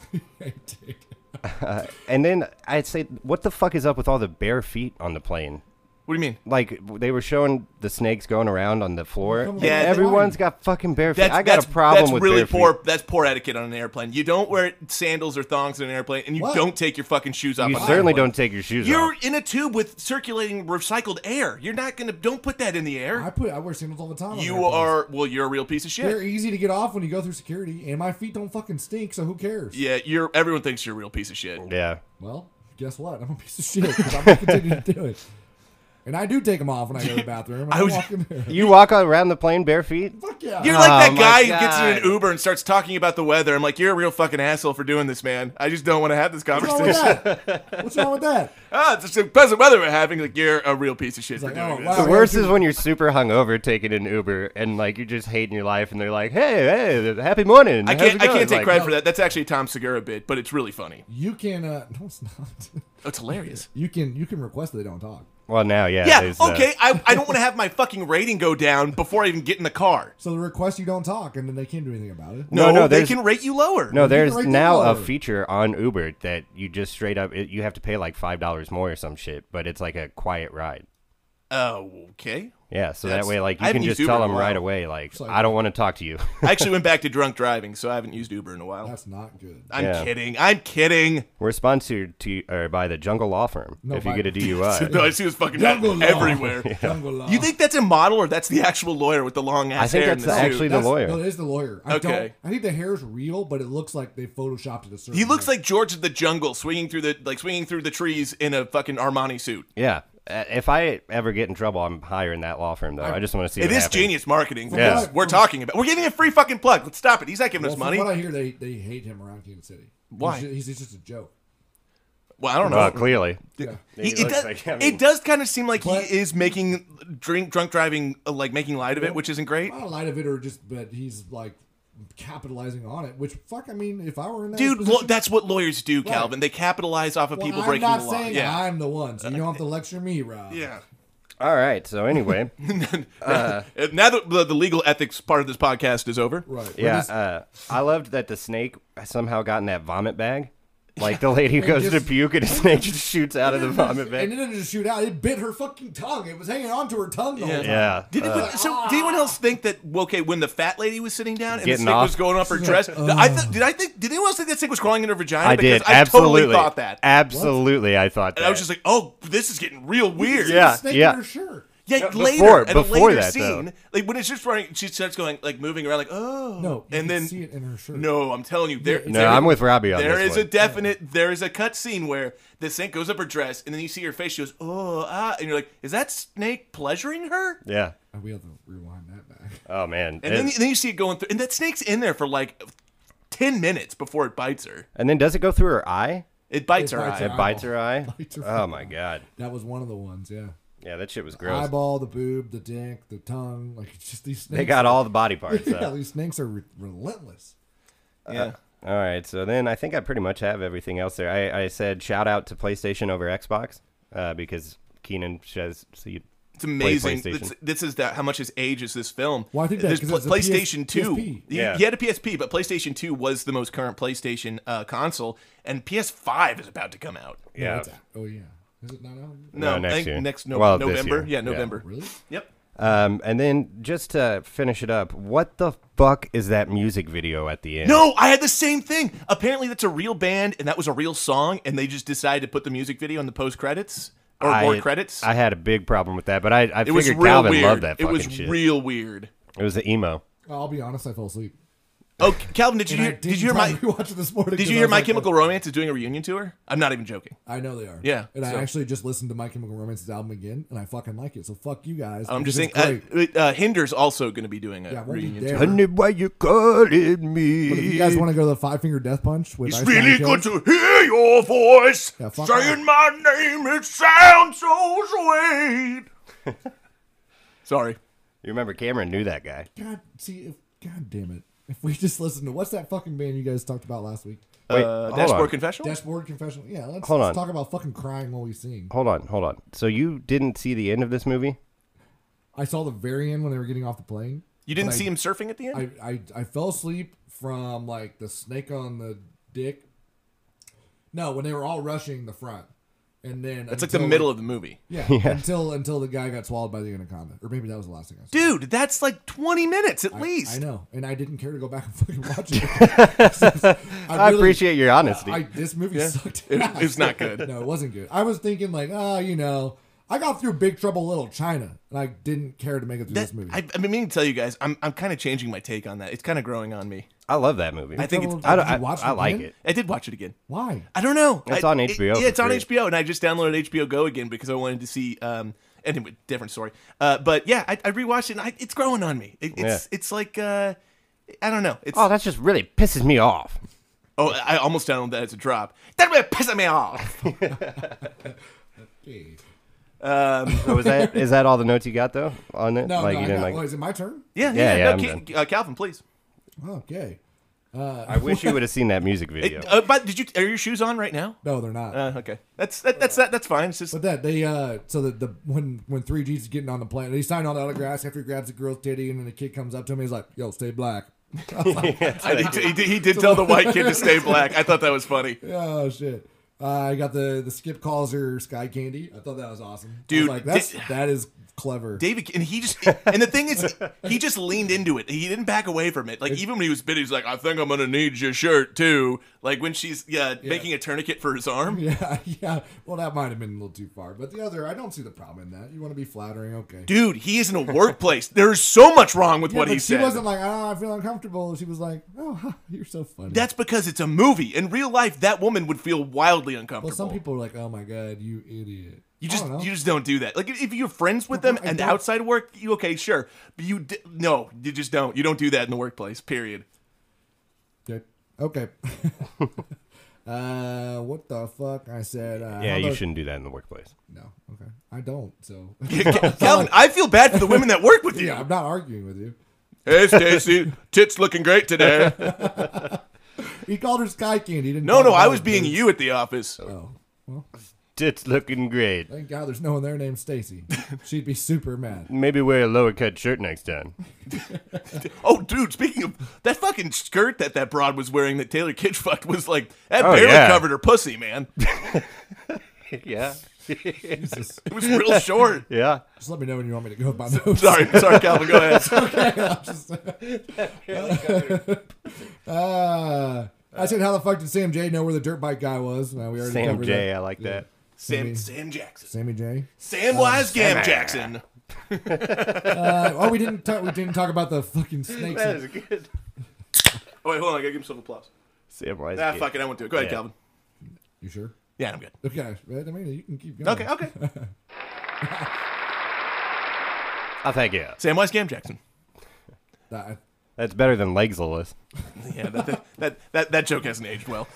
Speaker 3: And then I'd say, what the fuck is up with all the bare feet on the plane?
Speaker 1: What do you mean?
Speaker 3: Like they were showing the snakes going around on the floor.
Speaker 7: on,
Speaker 3: Yeah,
Speaker 1: that's-
Speaker 3: everyone's got fucking bare feet.
Speaker 1: That's,
Speaker 3: I got
Speaker 1: that's,
Speaker 3: a problem
Speaker 1: that's
Speaker 3: with
Speaker 1: really
Speaker 3: bare feet.
Speaker 1: poor. That's poor etiquette on an airplane. You don't wear sandals or thongs in an airplane, and you
Speaker 7: What?
Speaker 1: don't take your fucking shoes off.
Speaker 3: You
Speaker 1: on an
Speaker 3: certainly
Speaker 1: airplane.
Speaker 3: don't take your shoes
Speaker 1: You're
Speaker 3: off.
Speaker 1: in a tube with circulating recycled air. You're not gonna. Don't put that in the air.
Speaker 7: I put. I wear sandals all the time. on
Speaker 1: you
Speaker 7: airplanes.
Speaker 1: are. Well, you're a real piece of shit.
Speaker 7: They're easy to get off when you go through security, and my feet don't fucking stink, so who cares?
Speaker 1: yeah, you're. Everyone thinks you're a real piece of shit.
Speaker 3: Yeah.
Speaker 7: Well, guess what? I'm a piece of shit. 'cause I'm gonna continue to do it. And I do take them off when I go to the bathroom. I,
Speaker 1: I was-
Speaker 7: walk in there.
Speaker 3: You walk around the plane bare feet.
Speaker 7: Fuck yeah.
Speaker 1: You're like that
Speaker 3: Oh my
Speaker 1: guy who gets in
Speaker 3: God.
Speaker 1: an Uber and starts talking about the weather. I'm like, you're a real fucking asshole for doing this, man. I just don't want to have this
Speaker 7: What's wrong with
Speaker 1: conversation.
Speaker 7: that? What's wrong with that?
Speaker 1: ah, it's just the pleasant weather we're having. Like, you're a real piece of shit for
Speaker 7: like,
Speaker 1: doing
Speaker 7: oh,
Speaker 1: this.
Speaker 7: wow.
Speaker 3: The
Speaker 7: I
Speaker 3: worst
Speaker 7: gotta
Speaker 3: is
Speaker 7: do-
Speaker 3: when you're super hungover taking an Uber and like you're just hating your life and they're like, "Hey, hey, happy morning."
Speaker 1: I
Speaker 3: how's
Speaker 1: can't.
Speaker 3: it
Speaker 1: I
Speaker 3: going?"
Speaker 1: can't take
Speaker 3: Like,
Speaker 1: credit for that. That's actually a Tom Segura bit, but it's really funny.
Speaker 7: You can. Uh, no, it's not.
Speaker 1: It's hilarious.
Speaker 7: You can. You can request that they don't talk.
Speaker 3: Well, now, yeah.
Speaker 1: Yeah.
Speaker 3: there's uh, that.
Speaker 1: Okay. I, I don't want to have my fucking rating go down before I even get in the car.
Speaker 7: So the request you don't talk, and then they can't do anything about it.
Speaker 3: No, no,
Speaker 1: they
Speaker 3: there's-
Speaker 1: can rate you lower.
Speaker 3: No, there's
Speaker 7: right
Speaker 3: now a
Speaker 7: there.
Speaker 3: feature on Uber that you just straight up it, you have to pay like five dollars more or some shit, but it's like a quiet ride.
Speaker 1: Oh, okay.
Speaker 3: Yeah, so
Speaker 1: That's-
Speaker 3: that way, like
Speaker 1: I
Speaker 3: you
Speaker 1: haven't
Speaker 3: can just
Speaker 1: used
Speaker 3: tell
Speaker 1: Uber in a
Speaker 3: them right
Speaker 1: while.
Speaker 3: away, like
Speaker 7: like-
Speaker 3: I don't want to talk to you.
Speaker 1: I actually went back to drunk driving, so I haven't used Uber in a while.
Speaker 7: That's not good.
Speaker 1: I'm
Speaker 3: Yeah.
Speaker 1: kidding. I'm kidding.
Speaker 3: We're sponsored to or by the Jungle Law Firm.
Speaker 7: No,
Speaker 3: if you
Speaker 7: my-
Speaker 3: get a DUI,
Speaker 1: No, I see this fucking
Speaker 7: Jungle law.
Speaker 1: everywhere.
Speaker 7: Jungle law.
Speaker 1: You think that's a model, or that's the actual lawyer with the long ass
Speaker 3: I think
Speaker 1: hair?
Speaker 3: that's
Speaker 1: in the suit?
Speaker 3: actually the
Speaker 7: That's-
Speaker 3: lawyer.
Speaker 7: No, it is the lawyer. I
Speaker 1: Okay.
Speaker 7: Don't, I think the hair is real, but it looks like they photoshopped it a certain.
Speaker 1: He looks
Speaker 7: way.
Speaker 1: like George of the Jungle, swinging through the like swinging through the trees in a fucking Armani suit.
Speaker 3: yeah. Uh, If I ever get in trouble, I'm hiring that law firm though. I, just want to see.
Speaker 1: It
Speaker 3: what
Speaker 1: is
Speaker 3: happens.
Speaker 1: genius marketing.
Speaker 3: Yeah.
Speaker 1: because We're talking about. We're giving a free fucking plug. Let's stop it. He's not giving
Speaker 7: Well,
Speaker 1: us
Speaker 7: from
Speaker 1: money.
Speaker 7: What I
Speaker 1: Well,
Speaker 7: hear, they they hate him around Kansas City.
Speaker 1: Why?
Speaker 7: He's ju- He's, he's just a joke.
Speaker 1: I don't know.
Speaker 3: Well, clearly,
Speaker 1: He-
Speaker 3: He
Speaker 1: it,
Speaker 3: looks
Speaker 1: does,
Speaker 3: like- I mean-
Speaker 1: it does kind of seem like
Speaker 7: But-
Speaker 1: he is making drink drunk driving uh, like making light of it, which isn't great.
Speaker 7: Not a lot of it, or just but he's like capitalizing on it. Which fuck, I mean, if I were in that
Speaker 1: Dude,
Speaker 7: position,
Speaker 1: lo- that's what lawyers do, Calvin. They capitalize off of
Speaker 7: well,
Speaker 1: people
Speaker 7: I'm
Speaker 1: breaking
Speaker 7: not
Speaker 1: the law.
Speaker 7: saying
Speaker 1: Yeah.
Speaker 7: I'm the one, so you don't have to lecture me, Rob.
Speaker 1: yeah.
Speaker 3: all right. So anyway.
Speaker 1: Uh, Now that the, the legal ethics part of this podcast is over,
Speaker 7: Right. We're
Speaker 3: Yeah,
Speaker 7: just-
Speaker 3: uh, I loved that the snake somehow got in that vomit bag. Like the lady who goes
Speaker 7: just-
Speaker 3: to puke and a snake just shoots out of the vomit
Speaker 7: and
Speaker 3: bag.
Speaker 7: it didn't just shoot out. It bit her fucking tongue. It was hanging onto her tongue the whole time.
Speaker 3: Yeah. Uh,
Speaker 1: Did
Speaker 7: Uh,
Speaker 1: anyone, so did anyone else think that okay when the fat lady was sitting down and the
Speaker 3: Getting
Speaker 1: snake
Speaker 3: off.
Speaker 1: was going up her dress?
Speaker 7: Uh.
Speaker 1: I th- did I think did anyone else think that snake was crawling in her vagina?
Speaker 3: I
Speaker 1: because
Speaker 3: did.
Speaker 1: I
Speaker 3: absolutely.
Speaker 1: totally thought that.
Speaker 3: Absolutely, I thought that.
Speaker 1: And I was just like, oh, this is getting real weird.
Speaker 3: Yeah,
Speaker 7: Snake
Speaker 3: yeah.
Speaker 7: in her shirt.
Speaker 1: Yeah,
Speaker 3: before-
Speaker 1: later at a
Speaker 3: before
Speaker 1: later
Speaker 3: that,
Speaker 1: scene,
Speaker 3: though.
Speaker 1: like when it's just running, she starts going like moving around, like oh,
Speaker 7: No, you
Speaker 1: and
Speaker 7: can
Speaker 1: then
Speaker 7: see it in her shirt.
Speaker 1: No, I'm telling you, there.
Speaker 3: No,
Speaker 1: there-
Speaker 3: I'm with Robbie on
Speaker 1: There
Speaker 3: this
Speaker 1: is
Speaker 3: one.
Speaker 1: a definite. There is a cut scene where the snake goes up her dress, and then you see her face. She goes, oh, ah, and you're like, is that snake pleasuring her?
Speaker 3: yeah.
Speaker 7: Oh, we have to rewind that back.
Speaker 3: Oh man.
Speaker 1: And then, then you see it going through, and that snake's in there for like ten minutes before it bites her.
Speaker 3: and then does it go through her eye?
Speaker 1: It bites
Speaker 7: It
Speaker 1: her
Speaker 7: bites
Speaker 1: eye.
Speaker 7: her
Speaker 3: Bites her eye.
Speaker 7: Bites her
Speaker 3: Oh my god.
Speaker 7: That was one of the ones, yeah.
Speaker 3: Yeah, that shit was
Speaker 7: The
Speaker 3: gross.
Speaker 7: eyeball, the boob, the dick, the tongue. Like it's just these snakes.
Speaker 3: They got all the body parts.
Speaker 7: Yeah,
Speaker 3: uh,
Speaker 7: these snakes are re- relentless.
Speaker 1: Yeah.
Speaker 3: All right, so then I think I pretty much have everything else there. I, I said shout out to PlayStation over Xbox uh, because Keenan says so you
Speaker 1: It's amazing.
Speaker 3: PlayStation.
Speaker 1: This, this is that. How much is age is this film?
Speaker 7: Well, I think that-
Speaker 1: There's
Speaker 7: 'cause
Speaker 1: Pla-
Speaker 7: it's a
Speaker 1: PlayStation
Speaker 7: PS-
Speaker 1: Two.
Speaker 7: PSP.
Speaker 1: Yeah.
Speaker 3: Yeah.
Speaker 1: He had a PSP, but PlayStation Two was the most current PlayStation uh, console, and PS Five is about to come out.
Speaker 3: yeah.
Speaker 7: It's- Oh yeah. Is it not out?
Speaker 1: No,
Speaker 3: No, next
Speaker 1: I think
Speaker 3: year.
Speaker 1: next no-
Speaker 3: Well, this
Speaker 1: November.
Speaker 3: year.
Speaker 1: Yeah,
Speaker 3: Yeah.
Speaker 1: November.
Speaker 7: Really?
Speaker 1: Yep.
Speaker 3: Um, and then just to finish it up, what the fuck is that music video at the end?
Speaker 1: No, I had the same thing. Apparently, that's a real band, and that was a real song, and they just decided to put the music video in the post credits or
Speaker 3: I,
Speaker 1: more credits.
Speaker 3: I had a big problem with that, but I, I
Speaker 1: it was
Speaker 3: figured
Speaker 1: real
Speaker 3: Calvin
Speaker 1: weird.
Speaker 3: loved that
Speaker 1: it
Speaker 3: fucking
Speaker 1: was
Speaker 3: shit.
Speaker 1: real weird.
Speaker 3: it was the emo.
Speaker 7: I'll be honest. I fell asleep.
Speaker 1: Oh, Calvin, did you
Speaker 7: And I
Speaker 1: hear? Did you hear my?
Speaker 7: probably watch it this morning?
Speaker 1: Did
Speaker 7: 'cause
Speaker 1: you
Speaker 7: I
Speaker 1: hear
Speaker 7: was
Speaker 1: My
Speaker 7: like,
Speaker 1: Chemical Romance is doing a reunion tour? I'm not even joking.
Speaker 7: I know they are.
Speaker 1: Yeah,
Speaker 7: And
Speaker 1: so-
Speaker 7: I actually just listened to My Chemical Romance's album again, and I fucking like it. So fuck you guys.
Speaker 1: I'm just saying.
Speaker 7: It's
Speaker 1: Uh,
Speaker 7: great.
Speaker 1: uh, Hinder's also going to be doing a
Speaker 7: yeah, we'll be
Speaker 1: reunion
Speaker 7: there.
Speaker 1: tour.
Speaker 7: But
Speaker 3: Honey, why you calling me?
Speaker 7: if you guys want to go to the Five Finger Death Punch with
Speaker 1: It's
Speaker 7: Ice
Speaker 1: really
Speaker 7: Nine
Speaker 1: good
Speaker 7: Kills,
Speaker 1: to hear your voice
Speaker 7: Yeah, fuck
Speaker 1: saying my name. It sounds so sweet. Sorry.
Speaker 3: you remember Cameron knew that guy.
Speaker 7: God, see, if, God damn it. If we just listen to what's that fucking band you guys talked about last week?
Speaker 3: Wait,
Speaker 1: Uh,
Speaker 3: hold
Speaker 1: Dashboard
Speaker 3: on.
Speaker 1: Confessional.
Speaker 7: Dashboard Confessional. Yeah, let's,
Speaker 3: Hold
Speaker 7: let's
Speaker 3: on.
Speaker 7: talk about fucking crying while we sing.
Speaker 3: hold on, hold on. So you didn't see the end of this movie?
Speaker 7: I saw the very end when they were getting off the plane.
Speaker 1: you didn't
Speaker 7: but I-
Speaker 1: see him surfing at the end.
Speaker 7: I, I I fell asleep from like the snake on the dick. No, when they were all rushing the front, and then
Speaker 1: That's like the
Speaker 7: until,
Speaker 1: middle of the movie.
Speaker 7: Yeah, until until the guy got swallowed by the anaconda, or maybe that was the last thing I saw.
Speaker 1: Dude, that's like 20 minutes at
Speaker 7: I-
Speaker 1: least.
Speaker 7: I, know, and I didn't care to go back and fucking watch it.
Speaker 3: I, appreciate your honesty.
Speaker 7: I, this movie sucked.
Speaker 1: It-
Speaker 7: ass.
Speaker 1: it's not good.
Speaker 7: No, it wasn't good. I was thinking like, oh, you know, I got through Big Trouble in Little China, and I didn't care to make it through
Speaker 1: That-
Speaker 7: this movie.
Speaker 1: I, I've been meaning to tell you guys, I'm, I'm kind of changing my take on that. It's kind of growing on me.
Speaker 3: I love that movie.
Speaker 1: I think it's.
Speaker 7: Trouble-
Speaker 3: I, don't-
Speaker 7: Did you
Speaker 3: I,
Speaker 7: watch it
Speaker 3: I like
Speaker 7: again?
Speaker 3: it.
Speaker 1: I did watch it again.
Speaker 7: Why?
Speaker 1: I don't know.
Speaker 3: It's
Speaker 1: I-
Speaker 3: on
Speaker 1: it-
Speaker 3: HBO
Speaker 1: yeah,
Speaker 3: for
Speaker 1: it's on
Speaker 3: free.
Speaker 1: HBO, and I just downloaded HBO Go again because I wanted to see. Um, anyway, different story. Uh, but yeah, I, I rewatched it, and I, it's growing on me. It, it's
Speaker 3: Yeah.
Speaker 1: it's like uh, I don't know. It's
Speaker 3: Oh,
Speaker 1: oh,
Speaker 3: that just really pisses me off.
Speaker 1: I almost downloaded that as a drop. That would piss me off.
Speaker 7: Hey.
Speaker 3: So is that is that all the notes you got though on it?
Speaker 7: No,
Speaker 3: like
Speaker 7: no.
Speaker 3: you
Speaker 7: I
Speaker 3: didn't
Speaker 7: got,
Speaker 3: like.
Speaker 7: well, is it my turn?
Speaker 1: Yeah, yeah.
Speaker 3: Yeah, yeah,
Speaker 1: no,
Speaker 3: I'm
Speaker 1: Ca- uh, Calvin, please.
Speaker 7: Okay.
Speaker 3: I wish you would have seen that music video.
Speaker 1: It- uh, but did you are your shoes on right now?
Speaker 7: No, they're not.
Speaker 1: Uh, okay, that's that, that's that, that's fine. It's just
Speaker 7: But that they uh so that the when when three G's getting on the plane, he signed all the autographs after he grabs the girl's titty and then the kid comes up to him, he's like, Yo, stay black.
Speaker 1: I, he, did- he did, he did tell the white kid to stay black. I thought that was funny.
Speaker 7: Oh shit. Uh, I got the the skip calls her sky candy. I thought that was awesome. I was
Speaker 1: Dude,
Speaker 7: like that's
Speaker 1: did-
Speaker 7: that is clever.
Speaker 1: David, and he just, and the thing is, he just leaned into it. He didn't back away from it. Like, even when he was bit, he was like, I think I'm going to need your shirt, too. Like, when she's yeah, making a tourniquet for his arm.
Speaker 7: yeah, yeah. Well, that might have been a little too far, but the other, I don't see the problem in that. You want to be flattering, okay?
Speaker 1: Dude, he is in a workplace. There's so much wrong with
Speaker 7: Yeah,
Speaker 1: what
Speaker 7: but
Speaker 1: he
Speaker 7: she
Speaker 1: said.
Speaker 7: wasn't like, oh, I feel uncomfortable. She was like, oh, you're so funny.
Speaker 1: That's because it's a movie. In real life, that woman would feel wildly
Speaker 7: well,
Speaker 1: uncomfortable.
Speaker 7: some people are like, oh my god, you idiot.
Speaker 1: You
Speaker 7: I
Speaker 1: just
Speaker 7: don't know.
Speaker 1: you just don't do that. Like if if you're friends with them
Speaker 7: I
Speaker 1: and
Speaker 7: don't.
Speaker 1: outside work, you okay, sure. But you d- no, you just don't. You don't do that in the workplace. Period.
Speaker 7: Okay. Okay. uh, what the fuck? I said. Uh,
Speaker 3: yeah,
Speaker 7: how
Speaker 3: you
Speaker 7: about-
Speaker 3: shouldn't do that in the workplace.
Speaker 7: No. Okay. I don't. So.
Speaker 1: Calvin, I feel bad for the women that work with you.
Speaker 7: yeah, I'm not arguing with you.
Speaker 1: Hey, Stacy, tits looking great today.
Speaker 7: He called her Sky Candy. He didn't
Speaker 1: No,
Speaker 7: call
Speaker 1: no,
Speaker 7: her
Speaker 1: I
Speaker 7: by
Speaker 1: was
Speaker 7: her
Speaker 1: being
Speaker 7: name.
Speaker 1: you at the office.
Speaker 7: Oh.
Speaker 3: Tits looking great.
Speaker 7: Thank God there's no one there named Stacy. She'd be super mad.
Speaker 3: Maybe wear a lower cut shirt next time.
Speaker 1: Oh, dude, speaking of that fucking skirt that that broad was wearing that Taylor Kitsch fucked was like, that
Speaker 3: Oh,
Speaker 1: barely
Speaker 3: yeah.
Speaker 1: covered her pussy, man.
Speaker 3: yeah,
Speaker 7: Jesus.
Speaker 1: It was real short.
Speaker 3: yeah.
Speaker 7: Just let me know when you want me to go with my notes.
Speaker 1: Sorry, sorry, Calvin, go ahead.
Speaker 7: Uh, I said, how the fuck did Sam J know where the dirt bike guy was? No, we already
Speaker 3: Sam
Speaker 7: covered
Speaker 3: J,
Speaker 7: that.
Speaker 3: I like that.
Speaker 1: Sam, Sam Jackson.
Speaker 7: Sammy J.
Speaker 1: Sam Wise Gam Jackson.
Speaker 7: Uh, oh, we didn't talk. We didn't talk about the fucking snakes.
Speaker 3: That is good.
Speaker 1: Oh, wait, hold on, I gotta give him some applause.
Speaker 3: Sam Wise.
Speaker 1: Ah,
Speaker 3: kid.
Speaker 1: fuck it, I won't do it. Go ahead,
Speaker 3: Yeah.
Speaker 1: Calvin.
Speaker 7: You sure?
Speaker 1: Yeah, I'm good.
Speaker 7: Okay. but, I mean, you can keep going.
Speaker 1: Okay, okay.
Speaker 3: I think yeah.
Speaker 1: Sam Wise Gam Jackson.
Speaker 7: Uh,
Speaker 3: That's better than Legsless.
Speaker 1: Yeah, that, that, that, that, that joke hasn't aged well.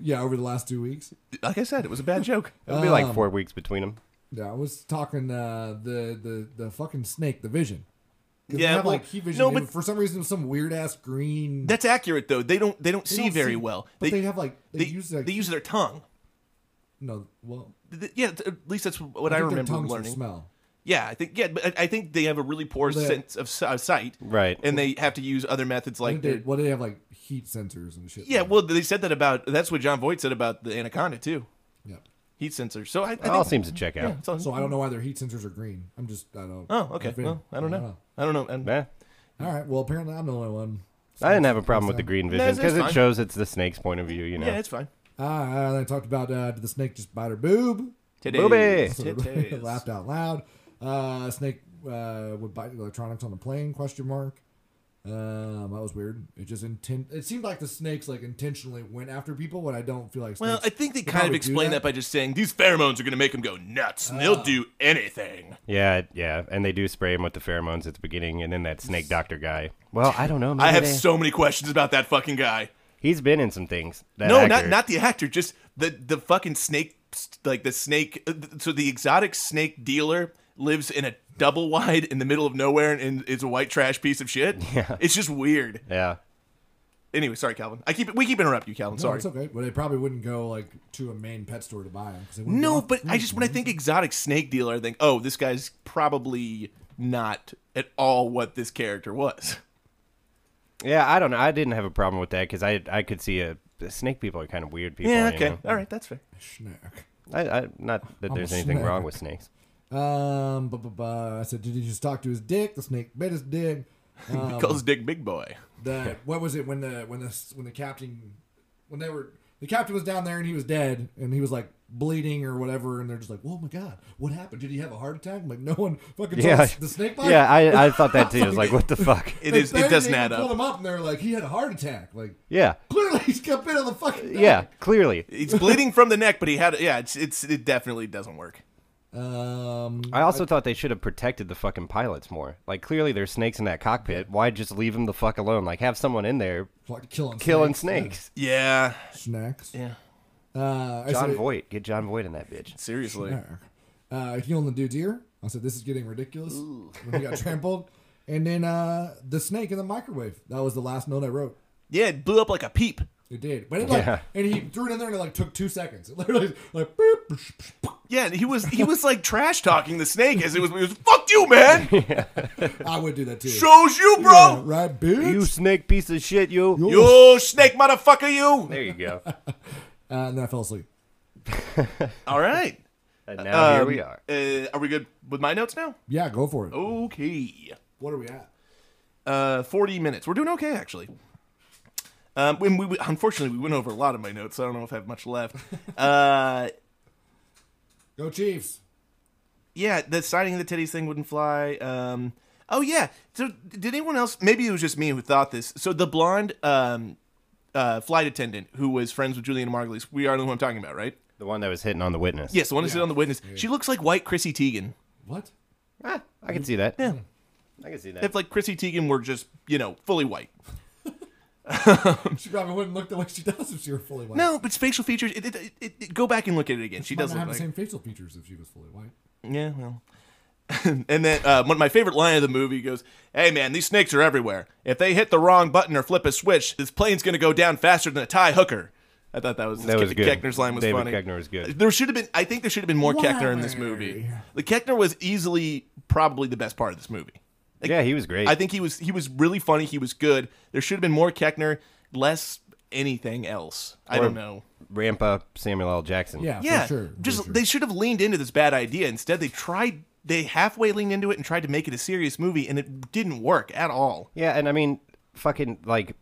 Speaker 7: yeah, over the last two weeks.
Speaker 1: Like I said, it was a bad joke.
Speaker 3: Oh,
Speaker 7: Um,
Speaker 3: It'll be like four weeks between them.
Speaker 7: Yeah, I was talking uh, the the the fucking snake, the vision. 'Cause they
Speaker 1: Yeah,
Speaker 7: have,
Speaker 1: well,
Speaker 7: like heat vision.
Speaker 1: no,
Speaker 7: and
Speaker 1: but-
Speaker 7: for some reason, some weird ass green.
Speaker 1: That's accurate though. They don't they don't see
Speaker 7: don't
Speaker 1: very
Speaker 7: see,
Speaker 1: well.
Speaker 7: but they have, like, they use, like-
Speaker 1: they use their tongue.
Speaker 7: no, well,
Speaker 1: Th- Yeah, th- at least that's what I,
Speaker 7: I think their
Speaker 1: remember
Speaker 7: tongues will
Speaker 1: learning.
Speaker 7: smell.
Speaker 1: Yeah, I think yeah, but I, I think they have a really poor
Speaker 7: Well, they-
Speaker 1: sense of s- uh, sight,
Speaker 3: Right.
Speaker 1: And they have to use other methods like
Speaker 7: Like they,
Speaker 1: their,
Speaker 7: what do they have like heat sensors and shit?
Speaker 1: yeah.
Speaker 7: like
Speaker 1: Well, they said that about that's what John Voight said about the anaconda too,
Speaker 7: that.
Speaker 1: heat sensor. So I, I
Speaker 3: It all
Speaker 1: think-
Speaker 3: seems to check out.
Speaker 1: so-
Speaker 7: yeah. So I don't know why their heat sensors are green. I'm just I don't.
Speaker 1: Oh, okay.
Speaker 7: I've been-
Speaker 1: Well, I don't know. I don't know. And
Speaker 3: Yeah.
Speaker 7: All right. Well, apparently I'm the only one.
Speaker 3: I didn't have a problem with the green vision
Speaker 1: it's
Speaker 3: because
Speaker 1: fine.
Speaker 3: it shows it's the snake's point of view, you know.
Speaker 1: yeah, it's fine.
Speaker 7: Ah, and I talked about uh, did the snake just bite her boob?
Speaker 1: Today's-
Speaker 7: So everybody
Speaker 1: today's.
Speaker 7: laughed out loud. Uh, snake uh, would bite electronics on the plane? Question mark. Um, that was weird. It just intent. It seemed like the snakes like intentionally went after people when I don't feel like. Snakes
Speaker 1: Well, I think they kind
Speaker 7: would
Speaker 1: of
Speaker 7: probably do
Speaker 1: explain that. by just saying these pheromones are going to make them go nuts, and
Speaker 7: Ah.
Speaker 1: they'll do anything.
Speaker 3: yeah, it- yeah. And they do spray him with the pheromones at the beginning, and then that snake doctor guy. Well, I don't know. Maybe
Speaker 1: I have
Speaker 3: they-
Speaker 1: so many questions about that fucking guy.
Speaker 3: He's been in some things. That
Speaker 1: no, not
Speaker 3: actor.
Speaker 1: not the actor, just the the fucking snake, like the snake. uh, th- So the exotic snake dealer lives in a double wide in the middle of nowhere and, and is a white trash piece of shit. Yeah, it's just weird.
Speaker 3: Yeah.
Speaker 1: Anyway, sorry, Calvin. I keep we keep interrupting you, Calvin.
Speaker 7: No,
Speaker 1: Sorry.
Speaker 7: it's okay. But they probably wouldn't go like to a main pet store to buy them.
Speaker 1: No, but I just when I think exotic snake dealer, I think, oh, this guy's probably not at all what this character was.
Speaker 3: Yeah, I don't know. I didn't have a problem with that because I I could see a snake people are kind of weird people.
Speaker 1: Yeah,
Speaker 3: you
Speaker 1: okay,
Speaker 3: know?
Speaker 1: all right, that's fair.
Speaker 7: snack.
Speaker 3: I, I not that
Speaker 7: I'm a
Speaker 3: there's anything
Speaker 7: snake.
Speaker 3: wrong with snakes.
Speaker 7: Um, but, but, but I said, did he just talk to his dick? The snake bit his dick.
Speaker 1: He calls Dick Big Boy.
Speaker 7: the what was it when the when the when the captain when they were the captain was down there and he was dead and he was like bleeding or whatever and they're just like oh my god what happened did he have a heart attack I'm like no one fucking yeah
Speaker 3: Yeah,
Speaker 7: the snake bite
Speaker 3: yeah, I, I thought that too. I was like, what the fuck?
Speaker 1: It
Speaker 7: They
Speaker 1: is.
Speaker 7: buried
Speaker 1: It
Speaker 7: him
Speaker 1: doesn't
Speaker 7: and
Speaker 1: add
Speaker 7: pulled
Speaker 1: up.
Speaker 7: him up and they're like he had a heart attack like
Speaker 3: Yeah,
Speaker 7: clearly he's got bit on the fucking neck.
Speaker 3: yeah, clearly.
Speaker 1: He's bleeding from the neck, but he had. Yeah, it's it's it definitely doesn't work.
Speaker 7: um
Speaker 3: I also thought they should have protected the fucking pilots more. Like, clearly there's snakes in that cockpit. Why just leave them the fuck alone? Like, have someone in there
Speaker 7: like killing
Speaker 3: killing
Speaker 7: snakes,
Speaker 3: snakes.
Speaker 1: Yeah,
Speaker 7: yeah. snacks
Speaker 1: yeah.
Speaker 7: uh I
Speaker 3: John
Speaker 7: said-
Speaker 3: Voight, get John Voight in that bitch.
Speaker 1: Seriously.
Speaker 7: uh, if you own the dude's ear. I said, this is getting ridiculous. When he got trampled. And then uh, the snake in the microwave. That was the last note I wrote.
Speaker 1: Yeah, it blew up like a peep.
Speaker 7: It did. But it like,
Speaker 3: Yeah.
Speaker 7: and he threw it in there and it like took two seconds. It literally like, beep, psh, psh, psh.
Speaker 1: Yeah, and he was he was like trash talking the snake as it was. He was fuck you, man.
Speaker 7: I would do that too.
Speaker 1: Shows you,
Speaker 7: Yeah,
Speaker 1: bro.
Speaker 7: right, bitch.
Speaker 3: You snake piece of shit, you.
Speaker 1: You snake motherfucker, you.
Speaker 3: There you go.
Speaker 7: Uh, and then I fell asleep.
Speaker 1: All right.
Speaker 3: And now here
Speaker 1: Um,
Speaker 3: we are.
Speaker 1: Uh, are we good with my notes now?
Speaker 7: Yeah, go for it.
Speaker 1: Oh. Okay.
Speaker 7: What are we at?
Speaker 1: Uh, forty minutes. We're doing okay actually. Um, when we unfortunately we went over a lot of my notes. So I don't know if I have much left. Uh.
Speaker 7: Go Chiefs.
Speaker 1: yeah, the signing of the titties thing wouldn't fly. Um, oh yeah. So did anyone else? Maybe it was just me who thought this. So the blonde um, uh, flight attendant who was friends with Julian Margulies. We are the one I'm talking about, right?
Speaker 3: The one that was hitting on the witness.
Speaker 1: Yes, the one who sit on the witness. She looks like white Chrissy Teigen.
Speaker 7: What?
Speaker 3: Ah, I can see that. Yeah. I can see that.
Speaker 1: If like Chrissy Teigen were just you know fully white.
Speaker 7: She probably wouldn't look the way she does if she were fully white.
Speaker 1: No, but facial features. It, it, it, it, go back and look at it again. She
Speaker 7: Might
Speaker 1: does look
Speaker 7: not have
Speaker 1: like
Speaker 7: the same facial features if she was fully white.
Speaker 1: Yeah, well. and then uh, one of my favorite line of the movie goes, "Hey man, these snakes are everywhere. If they hit the wrong button or flip a switch, this plane's gonna go down faster than a tie hooker." I thought that was,
Speaker 3: That was
Speaker 1: Ke-
Speaker 3: good.
Speaker 1: Keckner's line was
Speaker 3: David
Speaker 1: funny.
Speaker 3: Koechner was good.
Speaker 1: There should have been. I think there should have been more Keckner in this movie. The Keckner was easily probably the best part of this movie. Like,
Speaker 3: yeah, he was great.
Speaker 1: I think he was he was really funny. He was good. There should have been more Keckner, less anything else. I
Speaker 3: Or-
Speaker 1: don't know.
Speaker 3: Ramp up Samuel L. Jackson.
Speaker 7: Yeah,
Speaker 1: Yeah,
Speaker 7: for sure. for
Speaker 1: just
Speaker 7: sure.
Speaker 1: they should have leaned into this bad idea. Instead, they tried. They halfway leaned into it and tried to make it a serious movie, and it didn't work at all.
Speaker 3: Yeah, and I mean, fucking like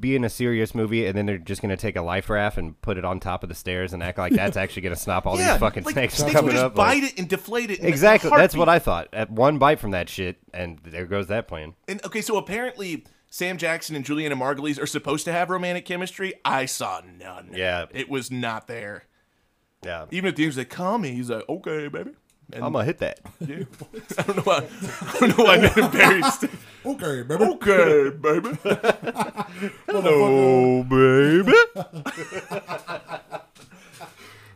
Speaker 3: be in a serious movie and then they're just gonna take a life raft and put it on top of the stairs and act like that's actually gonna snop all
Speaker 1: yeah,
Speaker 3: these fucking
Speaker 1: like,
Speaker 3: snakes,
Speaker 1: snakes would
Speaker 3: coming
Speaker 1: just
Speaker 3: up. like-
Speaker 1: bite it and deflate it. in a
Speaker 3: exactly. That's what
Speaker 1: heartbeat.
Speaker 3: I thought. At one bite from that shit, and there goes that plan.
Speaker 1: And, okay, so apparently Sam Jackson and Juliana Margulies are supposed to have romantic chemistry. I saw none.
Speaker 3: Yeah.
Speaker 1: it was not there.
Speaker 3: Yeah,
Speaker 1: Even at the end, he's like, "Call me." He's like, "Okay, baby." And
Speaker 3: I'm gonna hit that.
Speaker 1: I don't know why. I don't know why I made him very. st- Oh.
Speaker 7: Okay, baby.
Speaker 1: okay, baby. Oh,
Speaker 3: Hello, baby.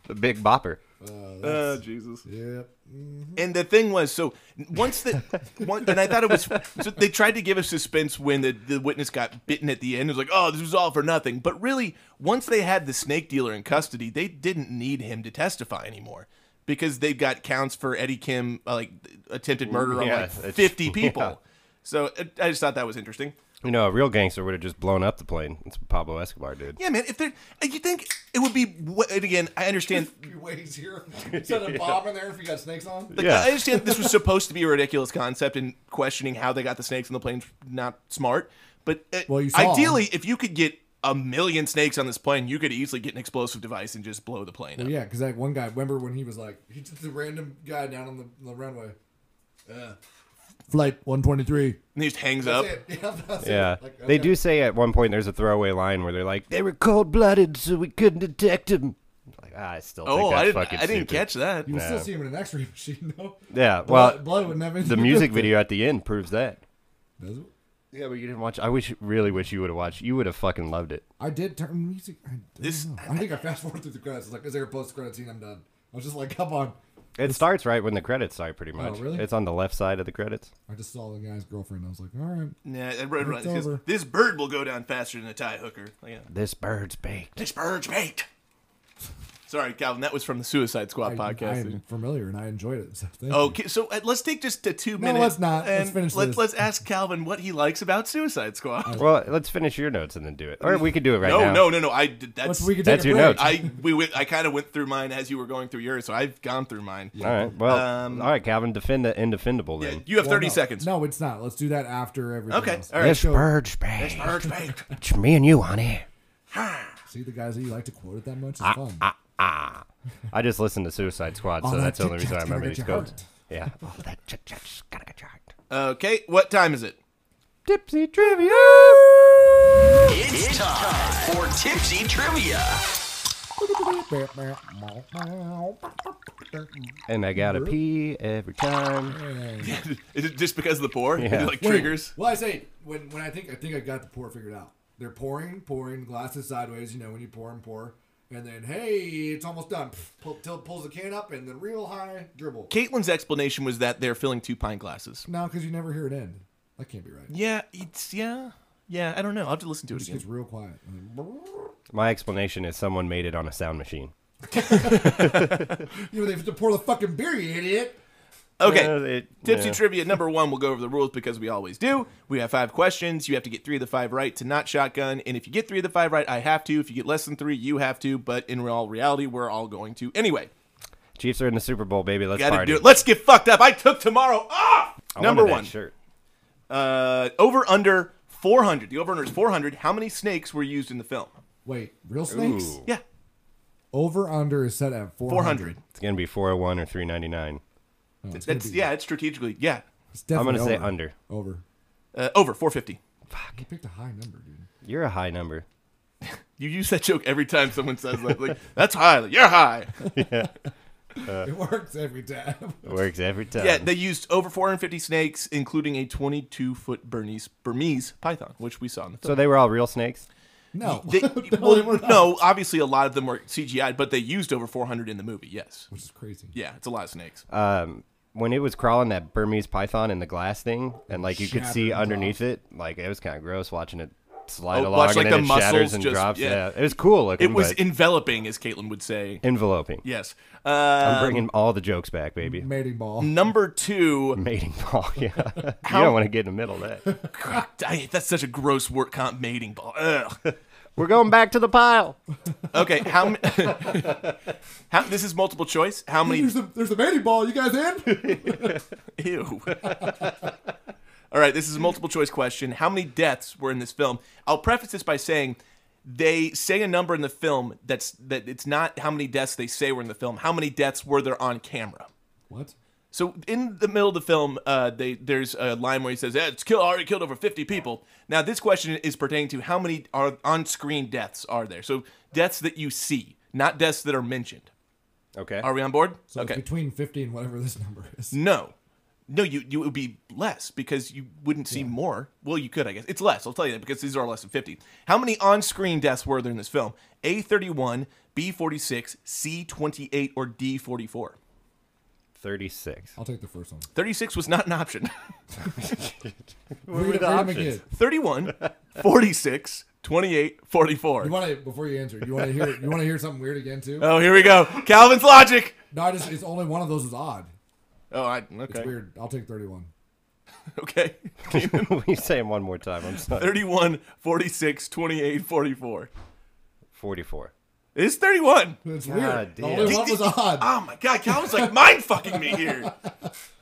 Speaker 3: the big bopper.
Speaker 7: Uh, that's-
Speaker 8: Oh, Jesus.
Speaker 7: yep.
Speaker 1: And the thing was, so once the, one, and I thought it was, so they tried to give us suspense when the, the witness got bitten at the end. It was like, oh, this was all for nothing. But really, once they had the snake dealer in custody, they didn't need him to testify anymore because they've got counts for Eddie Kim, uh, like attempted murder
Speaker 3: Yeah,
Speaker 1: on like
Speaker 3: it's-
Speaker 1: 50 people.
Speaker 3: yeah.
Speaker 1: So it, I just thought that was interesting.
Speaker 3: You know, a real gangster would have just blown up the plane. It's what Pablo Escobar did.
Speaker 1: Yeah, man. If there, you think it would be, and again, I understand
Speaker 7: Be way easier. Instead of bomb in there if you got snakes on.
Speaker 1: Like,
Speaker 3: Yeah.
Speaker 1: I understand this was supposed to be a ridiculous concept and questioning how they got the snakes on the plane's not smart. But uh,
Speaker 7: Well, you saw
Speaker 1: ideally, if you could get a million snakes on this plane, you could easily get an explosive device and just blow the plane up.
Speaker 7: Yeah, because that one guy, remember when he was like, he just the random guy down on the, the runway. Flight 123.
Speaker 1: And he just hangs up.
Speaker 7: That's it. Yeah, that's it.
Speaker 3: Yeah.
Speaker 7: Like,
Speaker 3: They
Speaker 7: okay.
Speaker 3: do say at one point there's a throwaway line where they're like, they were cold blooded, so we couldn't detect them. Like, ah, I still think
Speaker 1: Oh,
Speaker 3: that's
Speaker 1: I didn't,
Speaker 3: fucking
Speaker 1: I didn't
Speaker 3: stupid.
Speaker 1: catch that.
Speaker 7: You can still
Speaker 3: Nah.
Speaker 7: see him in an x ray machine, though.
Speaker 3: Yeah, well,
Speaker 7: Blood, blood wouldn't have anything
Speaker 3: the
Speaker 7: to do
Speaker 3: music
Speaker 7: with it.
Speaker 3: video at the end proves that.
Speaker 7: Does it?
Speaker 3: Yeah, but you didn't watch. I wish, really wish you would have watched. You would have fucking loved it.
Speaker 7: I did turn music. I, don't
Speaker 1: This-
Speaker 7: know. I think I fast forwarded through the credits. It's like, is there a post credit scene? I'm done. I was just like, come on.
Speaker 3: It starts right when the credits start,
Speaker 1: Oh,
Speaker 3: pretty much.
Speaker 7: really?
Speaker 3: It's on the left side of the credits.
Speaker 7: I just saw the guy's girlfriend. I was like, all right.
Speaker 1: Nah, I read-
Speaker 7: It's
Speaker 1: it says,
Speaker 7: over.
Speaker 1: This bird will go down faster than a tie hooker. Like, yeah.
Speaker 3: This bird's baked.
Speaker 1: This bird's bait. Sorry, Calvin. That was from the Suicide Squad
Speaker 7: I, I
Speaker 1: podcast.
Speaker 7: am familiar and I enjoyed it. So thank you.
Speaker 1: Okay, so uh, let's take just a two minutes.
Speaker 7: let's not. Let's
Speaker 1: And
Speaker 7: finish
Speaker 1: let's,
Speaker 7: this.
Speaker 1: let's ask Calvin what he likes about Suicide Squad.
Speaker 3: Well, let's finish your notes and then do it, or we could do it right
Speaker 1: no,
Speaker 3: now.
Speaker 1: no, no, no. I did- that's
Speaker 7: Let's- we could
Speaker 3: That's
Speaker 7: take a
Speaker 3: your
Speaker 7: break.
Speaker 3: notes.
Speaker 1: I we went, I kind of went through mine as you were going through yours, so I've gone through mine.
Speaker 3: All right. Well, all right, Calvin, defend the indefendable
Speaker 1: Um, Yeah,
Speaker 3: then.
Speaker 1: you have
Speaker 7: Well,
Speaker 1: thirty
Speaker 7: no.
Speaker 1: seconds.
Speaker 7: No, it's not. Let's do that after everything.
Speaker 1: Okay,
Speaker 7: else.
Speaker 1: all right.
Speaker 7: Let's go-
Speaker 3: bird's baked.
Speaker 1: Birds baked.
Speaker 3: It's me and you, honey.
Speaker 7: See the guys that you like to quote it that much. It's fun.
Speaker 3: I just listened to Suicide Squad, so
Speaker 7: that
Speaker 3: that's the only
Speaker 7: Tic
Speaker 3: reason I
Speaker 7: Tac's gonna
Speaker 3: remember
Speaker 7: get
Speaker 3: these
Speaker 7: your
Speaker 3: codes.
Speaker 7: heart.
Speaker 3: Yeah. Oh, that chick chick's gotta get your heart.
Speaker 1: Okay, what time is it?
Speaker 3: Tipsy trivia.
Speaker 2: It's time for Tipsy Trivia.
Speaker 3: And I gotta pee every time.
Speaker 1: Is it just because of the pour? Is it, like
Speaker 7: Wait,
Speaker 1: triggers.
Speaker 7: Well, I say when when I think I think I got the pour figured out. They're pouring, pouring glasses sideways. You know when you pour and pour, and then hey, it's almost done. Pff, Pull, till pulls the can up and then real high dribble.
Speaker 1: Caitlin's explanation was that they're filling two pint glasses.
Speaker 7: No, because you never hear it end. That can't be right. It
Speaker 1: Yeah, it's yeah, yeah. I don't know. I'll have to listen to it
Speaker 7: just
Speaker 1: again.
Speaker 7: gets real quiet. And then-
Speaker 3: My explanation is someone made it on a sound machine.
Speaker 7: You know they have to pour the fucking beer, you idiot.
Speaker 1: Okay.
Speaker 3: Uh, it-
Speaker 1: Tipsy
Speaker 3: yeah.
Speaker 1: trivia number one. We'll go over the rules because we always do. We have five questions. You have to get three of the five right to not shotgun. And if you get three of the five right, I have to. If you get less than three, you have to. But in all reality, we're all going to anyway.
Speaker 3: Chiefs are in the Super Bowl, baby. Let's
Speaker 1: Gotta
Speaker 3: party.
Speaker 1: do it. Let's get fucked up. I took tomorrow off.
Speaker 3: I
Speaker 1: Number
Speaker 3: wanted that
Speaker 1: one.
Speaker 3: shirt.
Speaker 1: Uh, over under 400. The over under is 400. How many snakes were used in the film?
Speaker 7: Wait, real snakes?
Speaker 3: Ooh.
Speaker 1: Yeah,
Speaker 7: Over under is set at 400.
Speaker 1: 400.
Speaker 3: It's gonna be 401 or 399.
Speaker 7: No, it's
Speaker 1: That's
Speaker 7: gonna be-
Speaker 1: yeah, it's strategically yeah.
Speaker 7: it's
Speaker 3: I'm gonna
Speaker 7: definitely
Speaker 3: say under.
Speaker 7: Over.
Speaker 1: Uh, over 450.
Speaker 7: You picked a high number, dude.
Speaker 3: You're a high number.
Speaker 1: You use that joke every time someone says that. Like that's high. Like, You're high.
Speaker 7: It works every time.
Speaker 3: It works every time.
Speaker 7: Um,
Speaker 1: Yeah, they used over 450 snakes, including a 22 foot Bernese Burmese python, which we saw in the film.
Speaker 3: so they were all real snakes.
Speaker 7: No.
Speaker 1: They-
Speaker 7: no, they
Speaker 1: well,
Speaker 7: were not.
Speaker 1: no, obviously a lot of them were CGI, but they used over 400 in the movie. Yes.
Speaker 7: Which is crazy.
Speaker 1: Yeah, it's a lot of snakes.
Speaker 3: um, When it was crawling that Burmese python in the glass thing, and like you could see
Speaker 7: Shattered and
Speaker 3: underneath it, like it was kind of gross watching it slide
Speaker 1: Oh,
Speaker 3: along
Speaker 1: watch,
Speaker 3: and
Speaker 1: like,
Speaker 3: then
Speaker 1: the
Speaker 3: it shatters
Speaker 1: muscles
Speaker 3: and
Speaker 1: just-
Speaker 3: drops.
Speaker 1: yeah.
Speaker 3: Yeah. it was cool looking.
Speaker 1: it was
Speaker 3: but
Speaker 1: enveloping, as Caitlin would say.
Speaker 3: enveloping.
Speaker 1: Yes.
Speaker 3: I'm
Speaker 1: Uh,
Speaker 3: bringing all the jokes back, baby.
Speaker 7: Mating ball.
Speaker 1: number two.
Speaker 7: Mm.
Speaker 3: Mating ball. Yeah, you don't want to get in the middle of that.
Speaker 1: God, dang it, that's such a gross word comp mating ball. Ugh.
Speaker 3: We're going back to the pile.
Speaker 1: Okay, how many? how, this is multiple choice. How many?
Speaker 7: There's the, there's the mating ball. You guys in?
Speaker 1: Ew. All right, this is a multiple choice question. How many deaths were in this film? I'll preface this by saying they say a number in the film that's that it's not how many deaths they say were in the film. How many deaths were there on camera?
Speaker 7: what?
Speaker 1: So in the middle of the film, uh, they there's a line where he says, eh, "It's kill, already killed over 50 people." Now this question is pertaining to how many are on-screen deaths are there? So deaths that you see, not deaths that are mentioned.
Speaker 3: Okay.
Speaker 1: Are we on board?
Speaker 7: So it's between 50 and whatever this number is.
Speaker 1: No. No, you you it would be less because you wouldn't see more. Well, you could, I guess. It's less. I'll tell you that because these are less than fifty. How many on-screen deaths were there in this film? A thirty-one, B forty-six, C twenty-eight, or D forty-four?
Speaker 3: Thirty-six.
Speaker 7: I'll take the first one.
Speaker 1: Thirty-six was not an option.
Speaker 7: What
Speaker 3: were the options?
Speaker 1: Thirty-one, forty-six, twenty-eight, forty-four.
Speaker 7: You want to before you answer? You want to hear? You want to hear something weird again too?
Speaker 1: oh, here we go. Calvin's logic.
Speaker 7: no, I just it's only one of those is odd.
Speaker 1: Oh, I
Speaker 7: It's
Speaker 1: okay.
Speaker 7: weird. I'll take thirty-one.
Speaker 1: Okay.
Speaker 3: we say him one more time. I'm sorry.
Speaker 1: 31, 46, 28, 44.
Speaker 3: Forty-four.
Speaker 1: It's 31.
Speaker 7: It's
Speaker 3: God
Speaker 7: weird. The
Speaker 3: damn.
Speaker 7: only one was odd.
Speaker 1: Oh my God, Calvin's like mind fucking me here.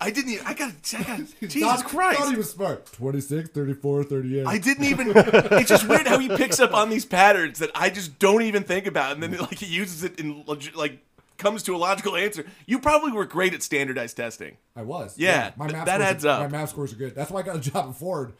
Speaker 1: I didn't even, I got, I got, Jesus
Speaker 7: Thought- Thought he
Speaker 1: Christ.
Speaker 7: was smart. 26, 34, 38.
Speaker 1: I didn't even, it's just weird how he picks up on these patterns that I just don't even think about. And then like he uses it in, log- like, comes to a logical answer. You probably were great at standardized testing.
Speaker 7: I was.
Speaker 1: Yeah,
Speaker 7: my
Speaker 1: th-
Speaker 7: math
Speaker 1: that
Speaker 7: scores
Speaker 1: adds
Speaker 7: are,
Speaker 1: up.
Speaker 7: My math scores are good. That's why I got a job at Ford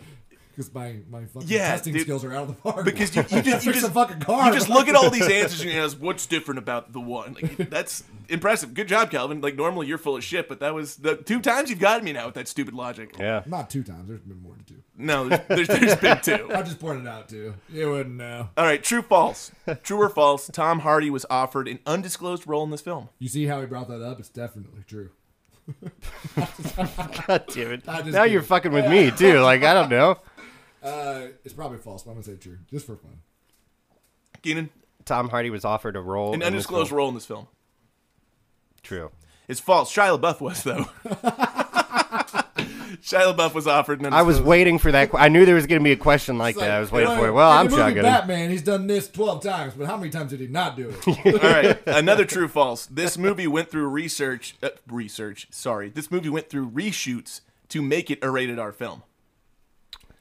Speaker 7: because my my fucking
Speaker 1: Yeah,
Speaker 7: testing
Speaker 1: dude.
Speaker 7: skills are out of the park.
Speaker 1: Because you, you
Speaker 7: I
Speaker 1: just, you
Speaker 7: fixed
Speaker 1: just,
Speaker 7: a fucking car.
Speaker 1: you just look at all these answers and you ask, what's different about the one? Like, that's impressive. Good job, Calvin. Like, normally you're full of shit, but that was the two times you've gotten me now with that stupid logic.
Speaker 3: Yeah.
Speaker 7: Not two times. There's been more than two.
Speaker 1: No, there's, there's been two.
Speaker 7: I just pointed out two. You wouldn't know.
Speaker 1: All right, true false. True or false? Tom Hardy was offered an undisclosed role in this film.
Speaker 7: You see how he brought that up? It's definitely true.
Speaker 3: God damn it. Now
Speaker 7: just
Speaker 3: you're fucking with me too. Like I don't know.
Speaker 7: Uh, it's probably false, but I'm gonna say true just for fun.
Speaker 1: Keenan,
Speaker 3: Tom Hardy was offered a role.
Speaker 1: an
Speaker 3: in this
Speaker 1: undisclosed
Speaker 3: film.
Speaker 1: role in this film.
Speaker 3: True.
Speaker 1: It's false. Shia LaBeouf was though. Shia LaBeouf was offered an
Speaker 3: I was
Speaker 1: undisclosed.
Speaker 3: waiting for that. que- I knew there was going to be a question like that. I was waiting for it. Well,
Speaker 7: in
Speaker 3: I'm
Speaker 7: the movie
Speaker 3: chugging.
Speaker 7: Batman. He's done this twelve times, but how many times did he not do it?
Speaker 1: All right, another true false. This movie went through research. Uh, research. Sorry, this movie went through reshoots to make it a rated R film.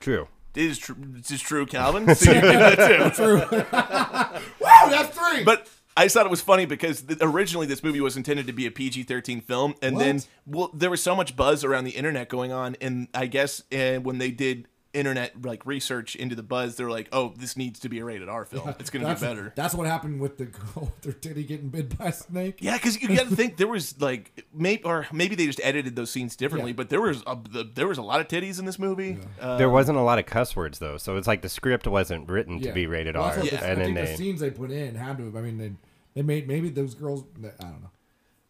Speaker 3: True.
Speaker 1: It is true. This is true, Calvin. So you get that too.
Speaker 7: Whoa, that's three.
Speaker 1: But I just thought it was funny because th- originally this movie was intended to be a PG thirteen film, and then
Speaker 7: What?
Speaker 1: well, there was so much buzz around the internet going on, and I guess uh, when they did internet like research into the buzz, they're like, oh, this needs to be a rated R film. It's going to be
Speaker 7: that's,
Speaker 1: better.
Speaker 7: That's what happened with the girl with her titty getting bit by a snake.
Speaker 1: yeah, because you got to think there was like maybe or maybe they just edited those scenes differently,
Speaker 7: Yeah.
Speaker 1: but there was a, the, there was a lot of titties in this movie. Uh,
Speaker 3: There wasn't a lot of cuss words though, so it's like the script wasn't written to
Speaker 7: Yeah.
Speaker 3: be rated
Speaker 7: Well,
Speaker 3: R,
Speaker 7: that's what the-
Speaker 3: and
Speaker 7: I
Speaker 3: then
Speaker 7: think the
Speaker 3: they.
Speaker 7: scenes they put in had to. have- I mean, they they made maybe those girls. I don't know.